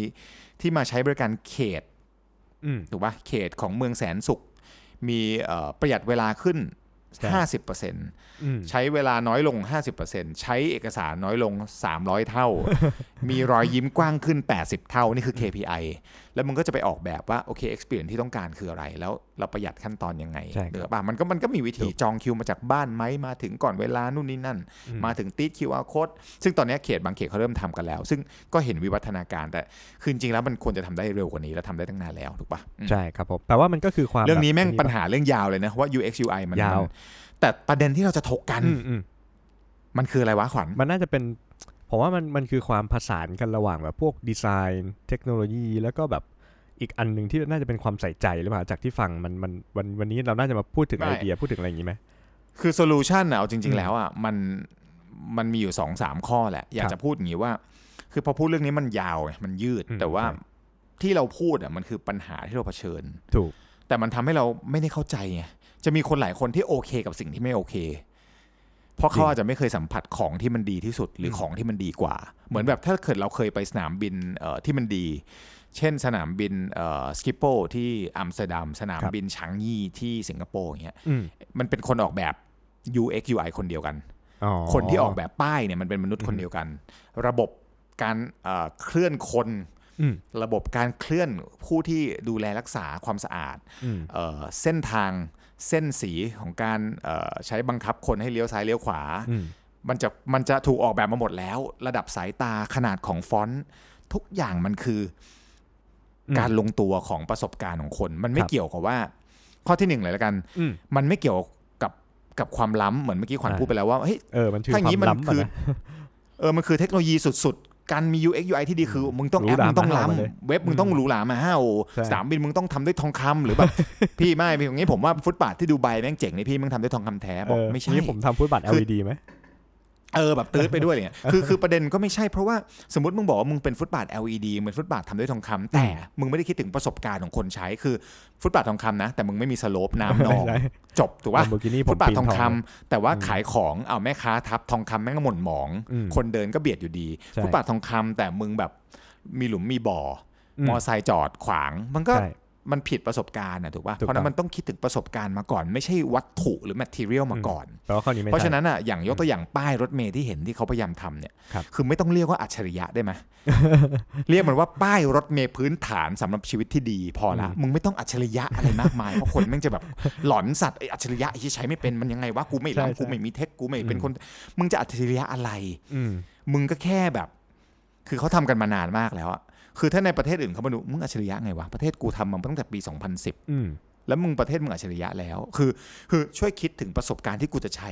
Speaker 1: ที่มาใช้บริการเขต
Speaker 2: อืม
Speaker 1: ถูกปะเขตของเมืองแสนสุข มีเอ่อประหยัดเวลาขึ้น
Speaker 2: ใช่
Speaker 1: 50%
Speaker 2: อืม
Speaker 1: ใช้เวลาน้อยลง 50%ใช้เอกสารน้อยลง 300
Speaker 2: *laughs*
Speaker 1: เท่า มีรอยยิ้มกว้างขึ้น 80 เท่า นี่คือ KPI แล้วมึงก็จะไปออกแบบว่า โอเค experience ที่ต้องการคืออะไร แล้วเราประหยัดขั้นตอนยังไง
Speaker 2: ใช่ครับ
Speaker 1: เดี๋ยวป่ะมันก็มันก็มีวิธีจองคิวมาจากบ้านไหมมาถึงก่อนเวลานู่นนี่นั่น
Speaker 2: อืม
Speaker 1: มาถึงติด QR code ซึ่งตอนเนี้ยเขตบางเขตเขาเริ่มทำกันแล้ว ซึ่งก็เห็นวิวัฒนาการแต่คือจริงๆแล้วมันควรจะทำได้เร็วกว่านี้แล้วทำได้ตั้งนานแล้วถูกป่ะอืม
Speaker 2: ใช่ครับผมแต่ว่ามันก็คือความ
Speaker 1: เรื่องนี้
Speaker 2: บบ
Speaker 1: แม่ง
Speaker 2: ะ
Speaker 1: ปัญหาเรื่องยาวเลยนะว่า UX UI มัน
Speaker 2: ยาว
Speaker 1: มันแต่ประเด็นที่เราจะถกกัน
Speaker 2: อืมอืม
Speaker 1: มันคืออะไรวะขวัญ
Speaker 2: มันน่าจะเป็นผมว่ามันมันคือความผสานกันระหว่างแบบพวกดีไซน์เทคโนโลยี แล้วก็แบบอีกอันหนึ่งที่น่าจะเป็นความใส่ใจหรือเปล่าจากที่ฟังมันมันวันวันนี้เราน่าจะมาพูดถึง
Speaker 1: ไม่
Speaker 2: ไอเดียพูดถึงอะไรอย่างนี้ไหม
Speaker 1: คือโซลูชันเอาจ
Speaker 2: อื
Speaker 1: ริง
Speaker 2: ม
Speaker 1: ๆ แล้วอ่ะมันมันมีอยู่ 2 3 ข้อแหละ อยาก
Speaker 2: ครับ
Speaker 1: จะพูดอย่างนี้ว่า คือพอพูดเรื่องนี้มันยาวไงมันยืด
Speaker 2: อืม
Speaker 1: แต่ว่า
Speaker 2: ใช่
Speaker 1: ที่เราพูดอ่ะมันคือปัญหาที่เราเผชิญ
Speaker 2: ถูก
Speaker 1: แต่มันทำให้เราไม่ได้เข้าใจไงจะมีคนหลายคนที่โอเคกับสิ่งที่ไม่โอเค เพราะเขา
Speaker 2: จริง
Speaker 1: อาจจะไม่เคยสัมผัสของที่มันดีที่สุดหรือ
Speaker 2: ม
Speaker 1: ของที่มันดีกว่า เหมือนแบบถ้าเกิดเราเคยไปสนามบินเอ่อที่มันดี เช่นสนามบินสกิปโปที่อัมสเตอร์ดัมสนาม
Speaker 2: ครับ
Speaker 1: บินชางยีที่สิงคโปร์อย่างเงี้ย
Speaker 2: อืม
Speaker 1: มันเป็นคนออกแบบ UX UI คนเดียวกัน
Speaker 2: อ๋อ
Speaker 1: คนที่ออกแบบป้ายเนี่ยมันเป็นมนุษย์คน
Speaker 2: อืม
Speaker 1: เดียวกัน ระบบการเอ่อเคลื่อนคน
Speaker 2: อืม
Speaker 1: ระบบการเคลื่อนผู้ที่ดูแลรักษาความสะอาด
Speaker 2: อืม
Speaker 1: เอ่อเส้นทางเส้นสีของการเอ่อใช้บังคับคนให้เลี้ยวซ้ายเลี้ยวขวา
Speaker 2: อืม
Speaker 1: มันจะมันจะถูกออกแบบมาหมดแล้ว ระดับสายตาขนาดของฟอนต์ทุกอย่างมันคืออ
Speaker 2: ม
Speaker 1: การลงตัวของประสบการณ์ของคน มันไม่
Speaker 2: ครับ
Speaker 1: เกี่ยวกับว่า ข้อที่หนึ่งเลยละกัน
Speaker 2: อืม
Speaker 1: มันไม่เกี่ยวกับกับความล้ำเหมือนเมื่อกี้ขวัญ
Speaker 2: อ่า
Speaker 1: พูดไปแล้วว่าเฮ้ย
Speaker 2: เออมันถือ
Speaker 1: ถ้าอ
Speaker 2: คาง
Speaker 1: ย่าวนี้
Speaker 2: ม
Speaker 1: มัน
Speaker 2: ล้ำ
Speaker 1: คือ
Speaker 2: อะนะ
Speaker 1: เออมันคือเทคโนโลยีสุดๆ การมี UX UI ที่ดีคือ มึงต้อง
Speaker 2: หรู
Speaker 1: แอป
Speaker 2: หรา
Speaker 1: มึงต้อง
Speaker 2: มาห้าวมาเลย
Speaker 1: ล้ำเว็บมึงต้องหรูหรามาห้าว
Speaker 2: ใช่
Speaker 1: สนามบินมึงต้องทำด้วยทองคำหรือแบบ
Speaker 2: *laughs*
Speaker 1: พี่ไม่พี่อย่างนี้ผมว่าฟุตปาทที่ดูไบแม่งเจ๋งนี่พี่มึงทำด้วยทองคำแท้บอก
Speaker 2: เออ
Speaker 1: ไม่ใช่
Speaker 2: นี่ผมทำฟุตบาท
Speaker 1: คือ
Speaker 2: LED ไหม
Speaker 1: เออแบบตืดไปด้วยอะไร
Speaker 2: *laughs*
Speaker 1: เนี่ยคือคือประเด็นก็ไม่ใช่เพราะว่าสมมติมึงบอกว่ามึงเป็นฟุตบาท LED เหมือนฟุตบาททำด้วยทองคำแต่มึงไม่ได้คิดถึงประสบการณ์ของคนใช้คือฟุตบาททองคำนะ แต่มึงไม่มีสโลปน้ำนอง
Speaker 2: ใช่
Speaker 1: จบถูกปะ
Speaker 2: โมกินี่ผ
Speaker 1: ฟุ
Speaker 2: ม
Speaker 1: ตบาท
Speaker 2: ปีน
Speaker 1: ทอง
Speaker 2: ทอง
Speaker 1: คำแต่ว่า
Speaker 2: อืม
Speaker 1: ขายของเอาแม่ค้าทับทองคำแม่งก็หม่นหมอง
Speaker 2: อืม
Speaker 1: คนเดินก็เบียดอยู่ดี
Speaker 2: ใช่
Speaker 1: ฟุตบาททองคำแต่มึงแบบมีหลุมมีบ่ออ
Speaker 2: ม
Speaker 1: มอไซค์จอดขวาง มันก็
Speaker 2: ใช่
Speaker 1: มันผิดประสบการณ์นะถูกป่ะ
Speaker 2: ถูก
Speaker 1: เพราะฉะ
Speaker 2: ต้อง
Speaker 1: นั้นมันต้องคิดถึงประสบการณ์มาก่อน ไม่ใช่วัตถุหรือแมทเทียลมาก่อน
Speaker 2: แต่ว่าข้อนี้ไม่
Speaker 1: เพราะฉะ
Speaker 2: ใช่
Speaker 1: นั้นอ่ะอย่างยกตัวอย่างป้ายรถเมย์ที่เห็นที่เขาพยายามทำเนี่ย
Speaker 2: ครับ
Speaker 1: อไม่ต้องเรียกว่าอัจฉริยะได้ไหม เรียกมันว่าป้ายรถเมย์พื้นฐานสำหรับชีวิตที่ดีพอละมึงไม่ต้องอัจฉริยะอะไรมาก
Speaker 2: *laughs*
Speaker 1: มาย เพราะคนแม่งจะแบบหลอนสัตว์ไอ้อัจฉริยะที่ใช้ไม่เป็นมันยังไงวะกูไม่
Speaker 2: ใช่
Speaker 1: ล้ำกู
Speaker 2: ใช่
Speaker 1: ไม่มีเทคกูไม่เป็นคน มึงจะอัจฉริยะอะไร
Speaker 2: อืม
Speaker 1: มึงก็แค่แบบ คือเขาทำกันมานานมากแล้วอะคือถ้าในประเทศอื่นเขามาดูมึงอัจฉริยะไงวะประเทศกูทำมาตั้งแต่ปี 2010
Speaker 2: อืม
Speaker 1: แล้วมึงประเทศมึงอัจฉริยะแล้ว คือ คือช่วยคิดถึงประสบการณ์ที่กูจะใช้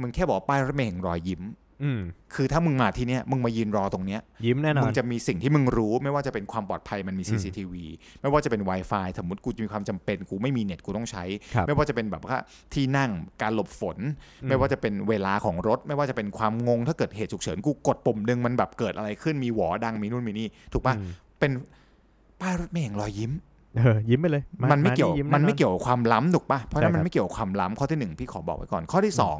Speaker 1: มึงแค่บอกป้ายรถเมล์แห่งรอยยิ้ม
Speaker 2: อืม
Speaker 1: คือถ้ามึงมาที่เนี้ยมึงมายืนรอตรงเนี้ย
Speaker 2: ยิ้มแน่นอ
Speaker 1: มึ
Speaker 2: น
Speaker 1: งจะมีสิ่งที่มึงรู้ ไม่ว่าจะเป็นความปลอดภัยมันมี CCTV ไม่ว่าจะเป็น Wi-Fi สมมติกูจะมีความจำเป็นกูไม่มีเน็ตกูต้องใช้
Speaker 2: ครับ
Speaker 1: ไม่ว่าจะเป็นแบบว่าที่นั่งการหลบฝน
Speaker 2: อืม
Speaker 1: ไม่ว่าจะเป็นเวลาของรถ ไม่ว่าจะเป็นความงง ถ้าเกิดเหตุฉุกเฉินกูกดปุ่มหนึ่งมันแบบเกิดอะไรขึ้นมีหวอดังมีนู่นมีนี่ถูกปะ
Speaker 2: อืม
Speaker 1: เป็นป้ายรถเมล์แห่งรอยยิ้ม
Speaker 2: เออยิ้มไปเลยา
Speaker 1: มันไม่เกี่ยว
Speaker 2: ายิ้
Speaker 1: มัน
Speaker 2: แอ
Speaker 1: ไม่เกี่ยวกับความล้ำถูกปะเพราะฉะนั้
Speaker 2: ใช่
Speaker 1: น
Speaker 2: ครั
Speaker 1: มั
Speaker 2: บ
Speaker 1: นไม่เกี่ยวกับความล้ำข้อที่หนึ่งพี่ขอบอกไว้ก่อน ข้อที่สอง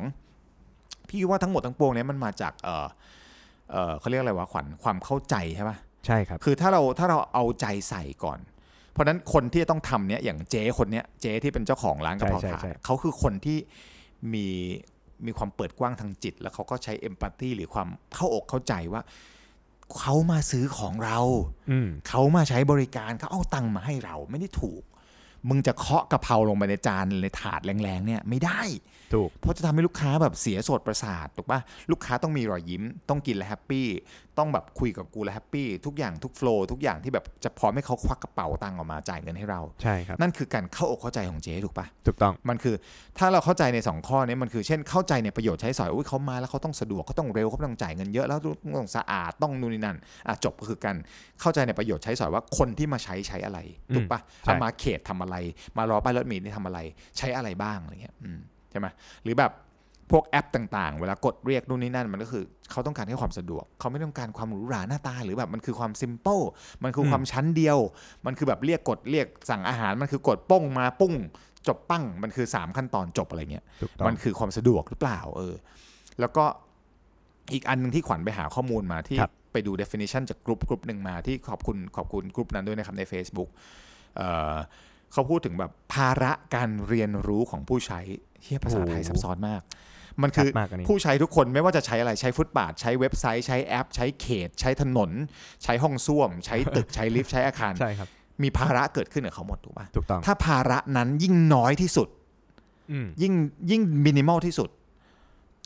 Speaker 1: พี่ว่าทั้งหมดทั้งปวงเนี้ยมันมาจากเออเออเขาเรียกอะไรวะขวัญความเข้าใจใช่ปะ
Speaker 2: ใช่ครับ
Speaker 1: คือถ้าเราถ้าเราเอาใจใส่ก่อน เพราะฉะนั้นคนที่จะต้องทำเนี้ยอย่างเจ๊คนเนี้ยเจ๊ที่เป็นเจ้าของร้านกระเพรา
Speaker 2: ใช่ใช่
Speaker 1: ถาด
Speaker 2: ใช่
Speaker 1: เขาคือคนที่มี มีความเปิดกว้างทางจิต แล้วเขาก็ใช้เอมพัตตีหรือความเข้าอกเข้าใจว่า เขามาซื้อของเรา
Speaker 2: อืม
Speaker 1: เขามาใช้บริการเขาเอาตังค์มาให้เราไม่ได้ถูก มึงจะเคาะกะเพราลงไปในจานในถาดแรงๆเนี่ยไม่ได้
Speaker 2: ถูก
Speaker 1: เพราะจะทำให้ลูกค้าแบบเสียโสดประสาทถูกปะลูกค้าต้องมีรอยยิ้ม ต้องกินแล้วแฮปปี้ต้องแบบคุยกับกูแล้วแฮปปี้ทุกอย่างทุกโฟล์ทุกอย่างที่แบบจะพร้อมให้เขาควักกระเป๋าตังค์ออกมาจ่ายเงินให้เรา
Speaker 2: ใช่ครับ
Speaker 1: นั่นคือการเข้าอกเข้าใจของเจ๊ถูกปะ
Speaker 2: ถูกต้อง
Speaker 1: มันคือถ้าเราเข้าใจใน 2 ข้อนี้มันคือเช่นเข้าใจในประโยชน์ใช้สอยอุ้ยเขามาแล้วเขาต้องสะดวกเขาต้องเร็วเขาต้องจ่ายเงินเยอะแล้วต้องสะอาดต้องนู่นนี่นั่นอ่ะจบก็คือการเข้าใจในประโยชน์ใช้สอยว่าคนที่มาใช้ใช้อะไรถูกปะ
Speaker 2: ใช่
Speaker 1: เอามาเขตทำอะไร มารอป้ายรถเมล์นี่ทำอะไร ใช้อะไรบ้างอะไรเงี้ยอืมใช่ไหมหรือแบบพวกแอปต่างๆ เวลากดเรียกนู่นนี่นั่นมันก็คือเขาต้องการให้ความสะดวก เขาไม่ต้องการความหรูหราหน้าตาหรือแบบมันคือความซิมเปิลมันคือความชั้นเดียว มันคือแบบเรียกกดเรียกสั่งอาหารมันคือกดป้งมาปุ้ง จบปั้งมันคือ 3 ขั้นตอนจบอะไรเงี้ย
Speaker 2: ถูกต้อง
Speaker 1: มันคือความสะดวกหรือเปล่าเออ แล้วก็อีกอันหนึงที่ขวัญไปหาข้อมูลมาที่
Speaker 2: ครับ
Speaker 1: ไปดู definition จากกลุ่มกลุ่มหนึ่งมาที่ขอบคุณขอบคุณกลุ่มนั้นด้วยนะครับใน Facebook เอ่อเขาพูดถึงแบบภาระการเรียนรู้ของผู้ใช้เฮียภาษาไทยซับซ้อนมาก มัน
Speaker 2: ชั
Speaker 1: คื
Speaker 2: ด
Speaker 1: อ
Speaker 2: มากอันนี้
Speaker 1: ผู้ใช้ทุกคนไม่ว่าจะใช้อะไรใช้ฟุตบาท ใช้เว็บไซต์ใช้แอป ใช้เขต ใช้ถนน ใช้ห้องส้วม ใช้ตึก ใช้ลิฟต์ ใช้อาคาร
Speaker 2: ใช่ครับ
Speaker 1: มีภาระเกิดขึ้นกับเขาหมดถูกป่ะ
Speaker 2: ถูกต้อง
Speaker 1: ถ้าภาระนั้นยิ่งน้อยที่สุด
Speaker 2: อืม
Speaker 1: ยิ่งยิ่งมินิมอลที่สุด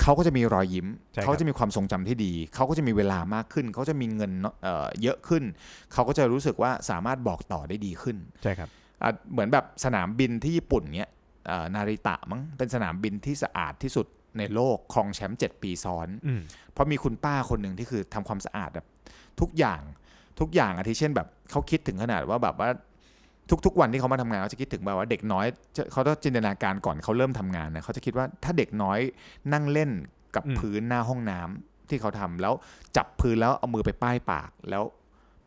Speaker 1: เขาก็จะมีรอยยิ้ม
Speaker 2: ใช่ครับ
Speaker 1: เขาจะมีความทรงจำที่ดี เขาก็จะมีเวลามากขึ้น เขาจะมีเงินเอ่อเยอะขึ้น เขาก็จะรู้สึกว่าสามารถบอกต่อได้ดีขึ้น
Speaker 2: ใช่ครับ
Speaker 1: อ่ะเหมือนแบบสนามบินที่ญี่ปุ่นเนี้ยเอ่อนาริตะมั้งเป็นสนามบินที่สะอาดที่สุดในโลกครองแชมป์7ปีซ้อน
Speaker 2: อืม
Speaker 1: เพราะมีคุณป้าคนหนึ่งที่คือทำความสะอาดแบบทุกอย่างทุกอย่างอาทิเช่นแบบเขาคิดถึงขนาดว่าแบบว่าทุกๆวันที่เขามาทำงานเขาจะคิดถึงแบบว่าเด็กน้อยจะเขาต้องจินตนาการก่อนเขาเริ่มทำงานนะเขาจะคิดว่าถ้าเด็กน้อยนั่งเล่นกับ
Speaker 2: อืม
Speaker 1: พื้นหน้าห้องน้ำที่เขาทำแล้วจับพื้นแล้วเอามือไปป้ายปากแล้ว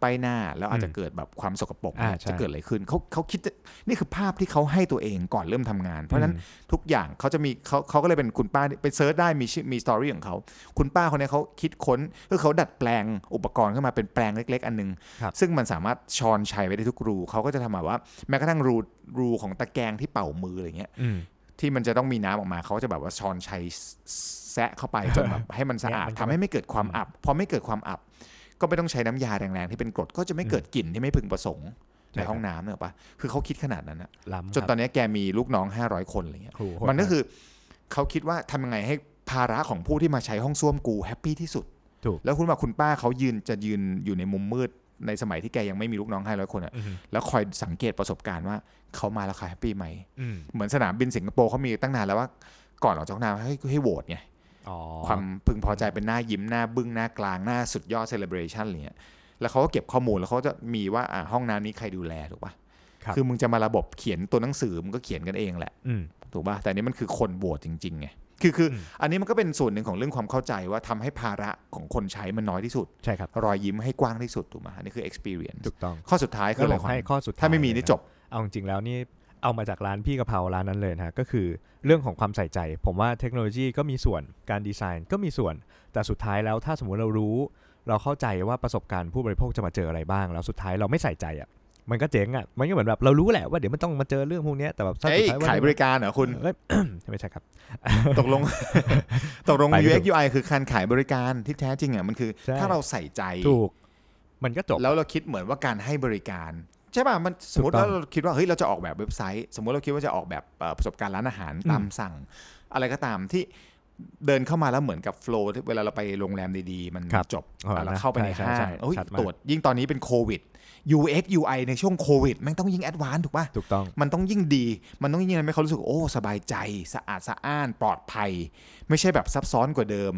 Speaker 1: ป้ายหน้าแล้วอาจจะเกิดแบบความสกปรก
Speaker 2: อ่าใช่
Speaker 1: จะเกิดอะไรขึ้นเขาเขาคิดจะนี่คือภาพที่เขาให้ตัวเองก่อนเริ่มทำงาน เพราะฉะนั้น
Speaker 2: อืม
Speaker 1: ทุกอย่างเขาจะมีเขาเขาก็เลยเป็นคุณป้าไปเซิร์ชได้มีชื่อมีสตอรี่ของเขา คุณป้าคนนี้เขาคิดค้นคือเขาดัดแปลงอุปกรณ์ขึ้นมาเป็นแปลงเล็ก ๆ อันหนึง
Speaker 2: ครับ
Speaker 1: ซึ่งมันสามารถชอนชัยไว้ได้ทุกรู เขาก็จะทำแบบว่า แม้กระทั่งรูรูของตะแกรงที่เป่ามืออะไรเงี้ย
Speaker 2: อืม
Speaker 1: ที่มันจะต้องมีน้ำออกมาเขาก็จะแบบว่าชอนชัยแซะเข้าไปจนแบบให้มันสะอาด
Speaker 2: แงะมันเข้า
Speaker 1: ทำ
Speaker 2: ไป
Speaker 1: ให้ไม่เกิดความอับพอไม่เกิดความอับ ก็ไม่ต้องใช้น้ำยาแรงๆที่เป็นกรดก็จะไม่เกิดกลิ่นที่ไม่พึงประสงค์ในห้องน้ำเนอะปะคือเขาคิดขนาดนั้นนะ
Speaker 2: ล้ำ
Speaker 1: จนตอนนี้แกมีลูกน้อง 500 คนอะไรเงี้ย
Speaker 2: โอ้โหโหด
Speaker 1: มันก็คือเขาคิดว่าทำยังไงให้ภาระของผู้ที่มาใช้ห้องส้วมกูแฮปปี้ที่สุด
Speaker 2: ถูก
Speaker 1: แล้วคุณว่าคุณป้าเขายืนจะยืนอยู่ในมุมมืดในสมัยที่แกยังไม่มีลูกน้องให้ร้อยคนอะ
Speaker 2: อืม
Speaker 1: แล้วคอยสังเกตประสบการณ์ว่าเขามาแล้วเขาแฮปปี้ไหม
Speaker 2: อืม
Speaker 1: เหมือนสนามบินสิงคโปร์เขามีตั้งนานแล้วว่าก่อนออกจากห้องน้ำให้ให้โหวตไง
Speaker 2: อ๋อ
Speaker 1: ความพึงพอใจเป็นหน้ายิ้มหน้าบึ้งหน้ากลางหน้าสุดยอดเซเลบร t ชันอะไรเงี้ย แล้วเขาก็เก็บข้อมูลแล้วเขาจะมีว่าอ่ะห้องน้ำนี้ใครดูแลถูกปะ
Speaker 2: ครับ
Speaker 1: อมึงจะมาระบบเขียนตัวหนังสือมึงก็เขียนกันเองแหละ
Speaker 2: อืม
Speaker 1: ถูกป่ะแต่อันนี้มันคือคนโหวตจริงๆไงคือคืออ
Speaker 2: ม
Speaker 1: อันนี้มันก็เป็นส่วนหนึ่งของเรื่องความเข้าใจว่าทำให้ภาระของคนใช้มันน้อยที่สุด
Speaker 2: ใช่ครับ
Speaker 1: รอยยิ้มให้กว้างที่สุดถูกไหมอันนี้คือ experience
Speaker 2: ถูกต้อง
Speaker 1: ข้อสุดท้ายคือ
Speaker 2: ก็
Speaker 1: อะไร
Speaker 2: ผม
Speaker 1: ขวัญ
Speaker 2: ให้ข้อสุดท้ย
Speaker 1: ถ้าไม่มี
Speaker 2: เลย
Speaker 1: นี่
Speaker 2: นะ
Speaker 1: จบ
Speaker 2: เอาจริงๆแล้วนี่เอามาจากร้านพี่กะเพราร้านนั้นเลยนะฮะก็คือเรื่องของความใส่ใจ ผมว่าเทคโนโลยีก็มีส่วนการดีไซน์ก็มีส่วน แต่สุดท้ายแล้วถ้าสมมุติเรารู้ เราเข้าใจว่าประสบการณ์ผู้บริโภคจะมาเจออะไรบ้าง แล้วสุดท้ายเราไม่ใส่ใจอ่ะมันก็เจ๊งอ่ะมันก็เหมือนแบบเรารู้แหละว่าเดี๋ยวมันต้องมาเจอเรื่องพวกเนี้ยแต่แบบถ้
Speaker 1: เอ้ย
Speaker 2: สุดท้ว่
Speaker 1: ขายบริการเหรอ *laughs* คุณ
Speaker 2: เอ้ย ไม่ใช่ครับ
Speaker 1: ตก *laughs* ลง ตกลง
Speaker 2: ไปไม่
Speaker 1: UX UI คือการขายบริการที่แท้จริงอ่ะมันคือ
Speaker 2: ใช่
Speaker 1: ถ้าเราใส่ใจ
Speaker 2: ถูก มันก็จบ
Speaker 1: แล้วเราคิดเหมือนว่าการให้บริการ ใช่ป่ะมันสมมติ
Speaker 2: ถูกต้อ
Speaker 1: ว่า
Speaker 2: ง
Speaker 1: เราคิดว่าเฮ้ยเราจะออกแบบเว็บไซต์ สมมติเราคิดว่าจะออกแบบเอ่อประสบการณ์ร้านอาหารตามสั่ง อะไรก็ตามที่เดินเข้ามาแล้วเหมือนกับโฟล์เวลาเราไปโรงแรมดีๆ มัน
Speaker 2: ครับ
Speaker 1: จบ
Speaker 2: อ๋อนะ
Speaker 1: เราเข้าไปใน
Speaker 2: ใช่
Speaker 1: ห้า
Speaker 2: ใช่
Speaker 1: ง
Speaker 2: ใช่
Speaker 1: เอ้ย
Speaker 2: ชัดมาก
Speaker 1: ตรวจยิ่งตอนนี้เป็นโควิด UX UI ในช่วงโควิดแม่งต้องยิ่งแอดวานซ์ถูกป่ะ
Speaker 2: ถูกต้อง
Speaker 1: มันต้องยิ่งดี มันต้องยิ่งทำให้เขารู้สึกโอ้สบายใจ สะอาดสะอ้านปลอดภัย ไม่ใช่แบบซับซ้อนกว่าเดิม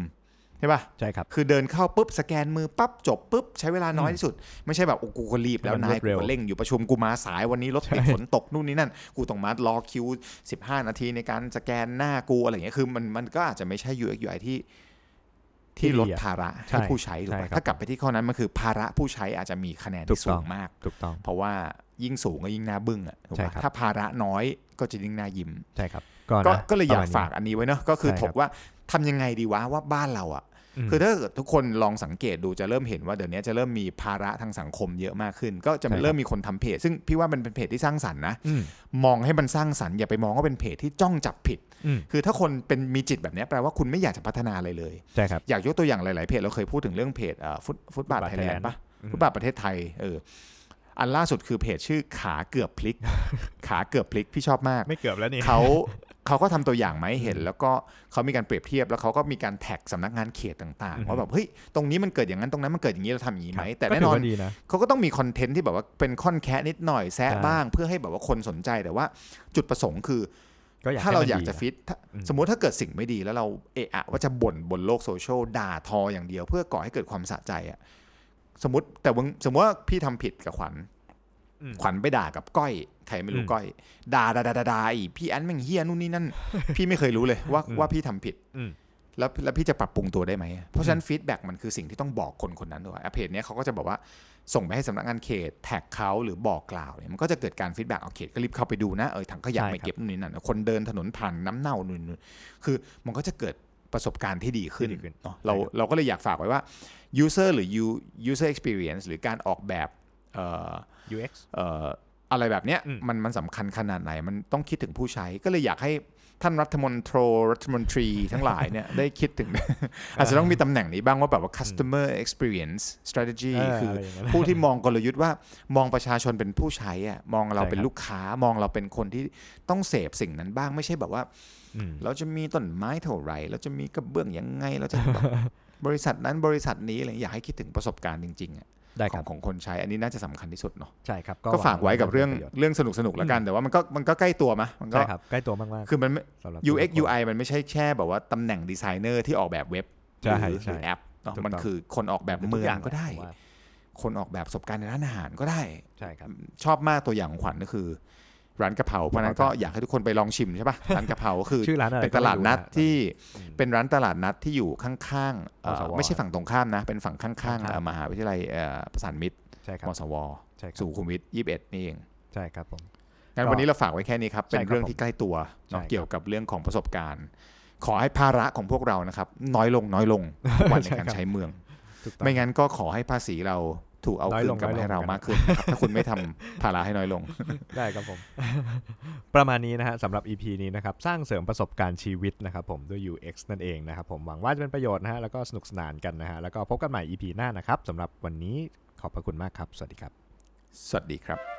Speaker 1: ใช่ป่ะ
Speaker 2: ใช่ครับ
Speaker 1: คือเดินเข้าปุ๊บ สแกนมือปั๊บ จบปุ๊บ ใช้เวลาน้อยที่สุด ไม่ใช่แบบ โอ้กูก็รีบแล้ว
Speaker 2: มันร
Speaker 1: นา
Speaker 2: วย ด
Speaker 1: กู
Speaker 2: เร็ว
Speaker 1: ก็เร่งอยู่ประชุมกูมาสายวันนี้รถติดฝนตกนู่นนี่นั่น กูต้องมารอคิว 15 นาทีในการสแกนหน้ากูอะไรอย่างเงี้ยคือมันมันก็อาจจะไม่ใช่ UX UI ที่ ที่ลดภาระ
Speaker 2: ใช่
Speaker 1: ให้ผู้ใช้ถูก
Speaker 2: ใช่
Speaker 1: ไหม
Speaker 2: ครับ
Speaker 1: ถ้ากลับไปที่ข้อนั้นมันคือภาระผู้ใช้อาจจะมีคะแนนที่
Speaker 2: ถูก
Speaker 1: สู
Speaker 2: ต้อง
Speaker 1: งมาก
Speaker 2: ถูกต้อง
Speaker 1: เพราะว่ายิ่งสูงก็ยิ่งหน้าบึ้งอะถูก
Speaker 2: ใช่
Speaker 1: ปะ
Speaker 2: ครับ
Speaker 1: ถ้าภาระน้อยก็จะยิ่งหน้ายิ้ม
Speaker 2: ใช่ครับ
Speaker 1: ก็
Speaker 2: นะ
Speaker 1: ก็เลยอยาก
Speaker 2: ประมณนี้
Speaker 1: ฝากอันนี้ไว้เนอะก็คือ
Speaker 2: ใช่
Speaker 1: ถ
Speaker 2: ครับ
Speaker 1: กว่าทำยังไงดีวะว่าบ้านเราอะ
Speaker 2: อืม
Speaker 1: คือถ้าเกิดทุกคนลองสังเกตดูจะเริ่มเห็นว่าเดี๋ยวนี้จะเริ่มมีภาระทางสังคมเยอะมากขึ้น ก็จะ
Speaker 2: ใช่ครับ
Speaker 1: เริ่มมีคนทำเพจ ซึ่งพี่ว่ามันเป็นเพจที่สร้างสรรค์นะ
Speaker 2: อืม
Speaker 1: มองให้มันสร้างสรรค์อย่าไปมองว่าเป็นเพจที่จ้องจับผิด
Speaker 2: อืม
Speaker 1: คือถ้าคนเป็นมีจิตแบบนี้แปลว่าคุณไม่อยากจะพัฒนาอะไรเลย
Speaker 2: ใช่ครับ
Speaker 1: อยากยกตัวอย่างหลาย ๆ เพจเราเคยพูดถึงเรื่องเพจเอ่อฟุตฟุตบาท
Speaker 2: Football
Speaker 1: ไทยแลน
Speaker 2: Thailand
Speaker 1: ด์ปะ
Speaker 2: อืม
Speaker 1: ฟุตบาทประเทศไทยเอออันล่าสุดคือเพจชื่อขาเกือบพลิก ขาเกือบพลิกพี่ชอบมาก
Speaker 2: ไม่เกือบแล้วนี่
Speaker 1: เขาเขาก็ทำตัวอย่างมาให้เห็น แล้วก็เขามีการเปรียบเทียบแล้วเขาก็มีการแท็กสำนักงานเขตต่าง
Speaker 2: อือ
Speaker 1: ๆ
Speaker 2: ฮึ
Speaker 1: ว่าแบบเฮ้ยตรงนี้มันเกิดอย่างนั้นตรงนั้นมันเกิดอย่างนี้เราทำอย่างนี้ไหมแต่
Speaker 2: ก็
Speaker 1: แน่
Speaker 2: ถื
Speaker 1: นอน
Speaker 2: ว่าดีนะ
Speaker 1: เขาก็ต้องมีคอนเทนต์ที่แบบว่าเป็นค่อนแคะนิดหน่อยแซะ
Speaker 2: ใช่
Speaker 1: บ้างเพื่อให้แบบว่าคนสนใจแต่ว่าจุดประสงค์คือ
Speaker 2: ก็อยาก
Speaker 1: ถ้า
Speaker 2: ให้
Speaker 1: เรา
Speaker 2: มัน
Speaker 1: อยาก
Speaker 2: ดี
Speaker 1: จะ
Speaker 2: นะ
Speaker 1: ฟิตถ้า
Speaker 2: อืม
Speaker 1: สมมติถ้าเกิดสิ่งไม่ดีแล้วเราเอะอะว่าจะบ่นบนโลกโซเชียลด่าทออย่างเดียว เพื่อก่อให้เกิดความสะใจอะสมมติแต่ว่าสมมติว่าพี่ทำผิดกับขวัญ
Speaker 2: อืม
Speaker 1: ขวัญไปด่ากับก้อยใครไม่รู้
Speaker 2: อืม
Speaker 1: ก้อยด่าด่าด่าด่าด่าไอ้พี่แอนแม่งเฮียนู่นนี่
Speaker 2: *laughs*
Speaker 1: นั่น พี่ไม่เคยรู้เลยว่า
Speaker 2: อืม
Speaker 1: ว่าพี่ทำผิด
Speaker 2: อืม
Speaker 1: แล้วแล้วพี่จะปรับปรุงตัวได้ไหมเพราะฉะนั้นฟีดแบ็กมันคือสิ่งที่ต้องบอกคนคนนั้นด้วยอ่ะเพจเนี้ยเขาก็จะบอกว่าส่งไปให้สำนักงานเขตแท็กเขาหรือบอกกล่าวเนี่ยมันก็จะเกิดการฟีดแบ็กเอาเขตก็รีบเข้าไปดูนะเออถังขยะ
Speaker 2: ใช่
Speaker 1: ไป
Speaker 2: ครับ
Speaker 1: เก็บนู่นนี่นั่นคนเดินถนนผ่านน้ำเน่านู่นนี่คือมันก็จะเกิดประสบการณ์ที่ดีขึ้น
Speaker 2: ที่ดีขึ้น
Speaker 1: เนอะเรา
Speaker 2: ใช่ครับ
Speaker 1: เราก็เลยอยากฝากไว้ว่า user หรือ u- user experience หรือการออกแบบเอ่อ
Speaker 2: UX
Speaker 1: เอ่ออะไรแบบเนี้ย
Speaker 2: อืม
Speaker 1: มันมันสำคัญขนาดไหน มันต้องคิดถึงผู้ใช้ ก็เลยอยากให้ท่านรัฐมนตรรัฐมนตรีทั้งหลายเนี่ย
Speaker 2: *laughs*
Speaker 1: ได้คิดถึง *laughs* อาจจะต้องมีตำแหน่งนี้บ้างว่าแบบว่า customer experience strategy คือ
Speaker 2: เะไรย่างนั้น
Speaker 1: ผู้ที่มองกลยุทธ์ว่ามองประชาชนเป็นผู้ใช้อะมองเรา
Speaker 2: ใช่ครับ
Speaker 1: เป็นลูกค้ามองเราเป็นคนที่ต้องเสพสิ่งนั้นบ้างไม่ใช่แบบว่า
Speaker 2: อืม
Speaker 1: เราจะมีต้นไม้เท่าไหร่ เราจะมีกระเบื้องยังไง เราจะแบบ บริษัทนั้นบริษัทนี้อะไรอย่างเงี้ยอยากให้คิดถึงประสบการณ์จริงๆอะ
Speaker 2: ได้
Speaker 1: ข
Speaker 2: ครั
Speaker 1: อบ งของคนใช้อันนี้น่าจะสำคัญที่สุดเนาะ
Speaker 2: ใช่ครับ
Speaker 1: ก็ฝากไว้กับเรื่อง
Speaker 2: ป็นประโยชน์
Speaker 1: เรื่องสนุกสนุกๆแล้วกัน แต่ว่ามันก็มันก็ใกล้ตัวมะมันก็
Speaker 2: ใช่ครับใกล้ตัวมาก
Speaker 1: คือมันไม่
Speaker 2: ๆสำหรับ
Speaker 1: UX
Speaker 2: ทุกคน
Speaker 1: UI มันไม่ใช่แค่แบบว่าตำแหน่งดีไซเนอร์ที่ออกแบบเว็บห
Speaker 2: ใช่
Speaker 1: รือ
Speaker 2: ใช่
Speaker 1: หรือแอปเนอะ
Speaker 2: ถูกต้อง
Speaker 1: มันคือคนออกแบบ
Speaker 2: ทุ
Speaker 1: เมือง
Speaker 2: ย่า
Speaker 1: ก็ได้
Speaker 2: ผมว่า
Speaker 1: คนออกแบบประสบการณ์ในร้านอาหารก็ได้
Speaker 2: ใช่ครับ
Speaker 1: ชอบมากตัวอย่างของขวัญก็คือ ร้านกะเพราเพราะฉะนั้นก็อยากให้ทุกคนไปลองชิมใช่ปะร้านกะเพราก็คือ
Speaker 2: ชื่อร้านอะไร
Speaker 1: เป็น
Speaker 2: ก็
Speaker 1: ต
Speaker 2: ไม่
Speaker 1: ลาด
Speaker 2: รู้
Speaker 1: นัด
Speaker 2: นะ
Speaker 1: ที่
Speaker 2: อืม
Speaker 1: เป็นร้านตลาดนัดที่อยู่ข้างๆเอ่อ
Speaker 2: มสว
Speaker 1: ไม่ใช่ฝั่งตรงข้ามนะ เป็นฝั่งข้า
Speaker 2: ข้าง งๆ
Speaker 1: ๆเอ่อมหาวิทยาลัยเอ่อประสานมิตร
Speaker 2: ใช่ครับ
Speaker 1: มสว
Speaker 2: ใช่ครับ
Speaker 1: สุขุมวิทยี่สิบเอ็ดนี่เอง
Speaker 2: ใช่ครับผม
Speaker 1: งั้น
Speaker 2: ก็
Speaker 1: วันนี้เราฝากไว้แค่นี้ครับ
Speaker 2: ใช่
Speaker 1: เป็นเรื่องที่ใกล้ตัว
Speaker 2: ใช่ครั
Speaker 1: เนาะ
Speaker 2: บ
Speaker 1: เกี่ยวกับเรื่องของประสบการณ์ ขอให้ภาระของพวกเรานะครับ น้อยลงน้
Speaker 2: *laughs*
Speaker 1: อยลงวันในการใช้เมือง
Speaker 2: ถูกต้อง
Speaker 1: ไม่งั้นก็ขอให้ภาษีเราถูกเอา
Speaker 2: น้อย
Speaker 1: คื
Speaker 2: ล
Speaker 1: น
Speaker 2: ง
Speaker 1: กลับมา
Speaker 2: น้อยลง
Speaker 1: ให้เรามากขึ้นนะครับถ้าคุณไม่ทำภาระให้น้อยลง *laughs*
Speaker 2: ได้ครับผม *laughs* ประมาณนี้นะฮะสำหรับ EP นี้นะครับสร้างเสริมประสบการณ์ชีวิตนะครับผมด้วย UX นั่นเองนะครับผมหวังว่าจะเป็นประโยชน์นะฮะแล้วก็สนุกสนานกันนะฮะแล้วก็พบกันใหม่ EP หน้านะครับสำหรับวันนี้ขอบพระคุณมากครับ สวัสดีครับ
Speaker 1: สวัสดีครับ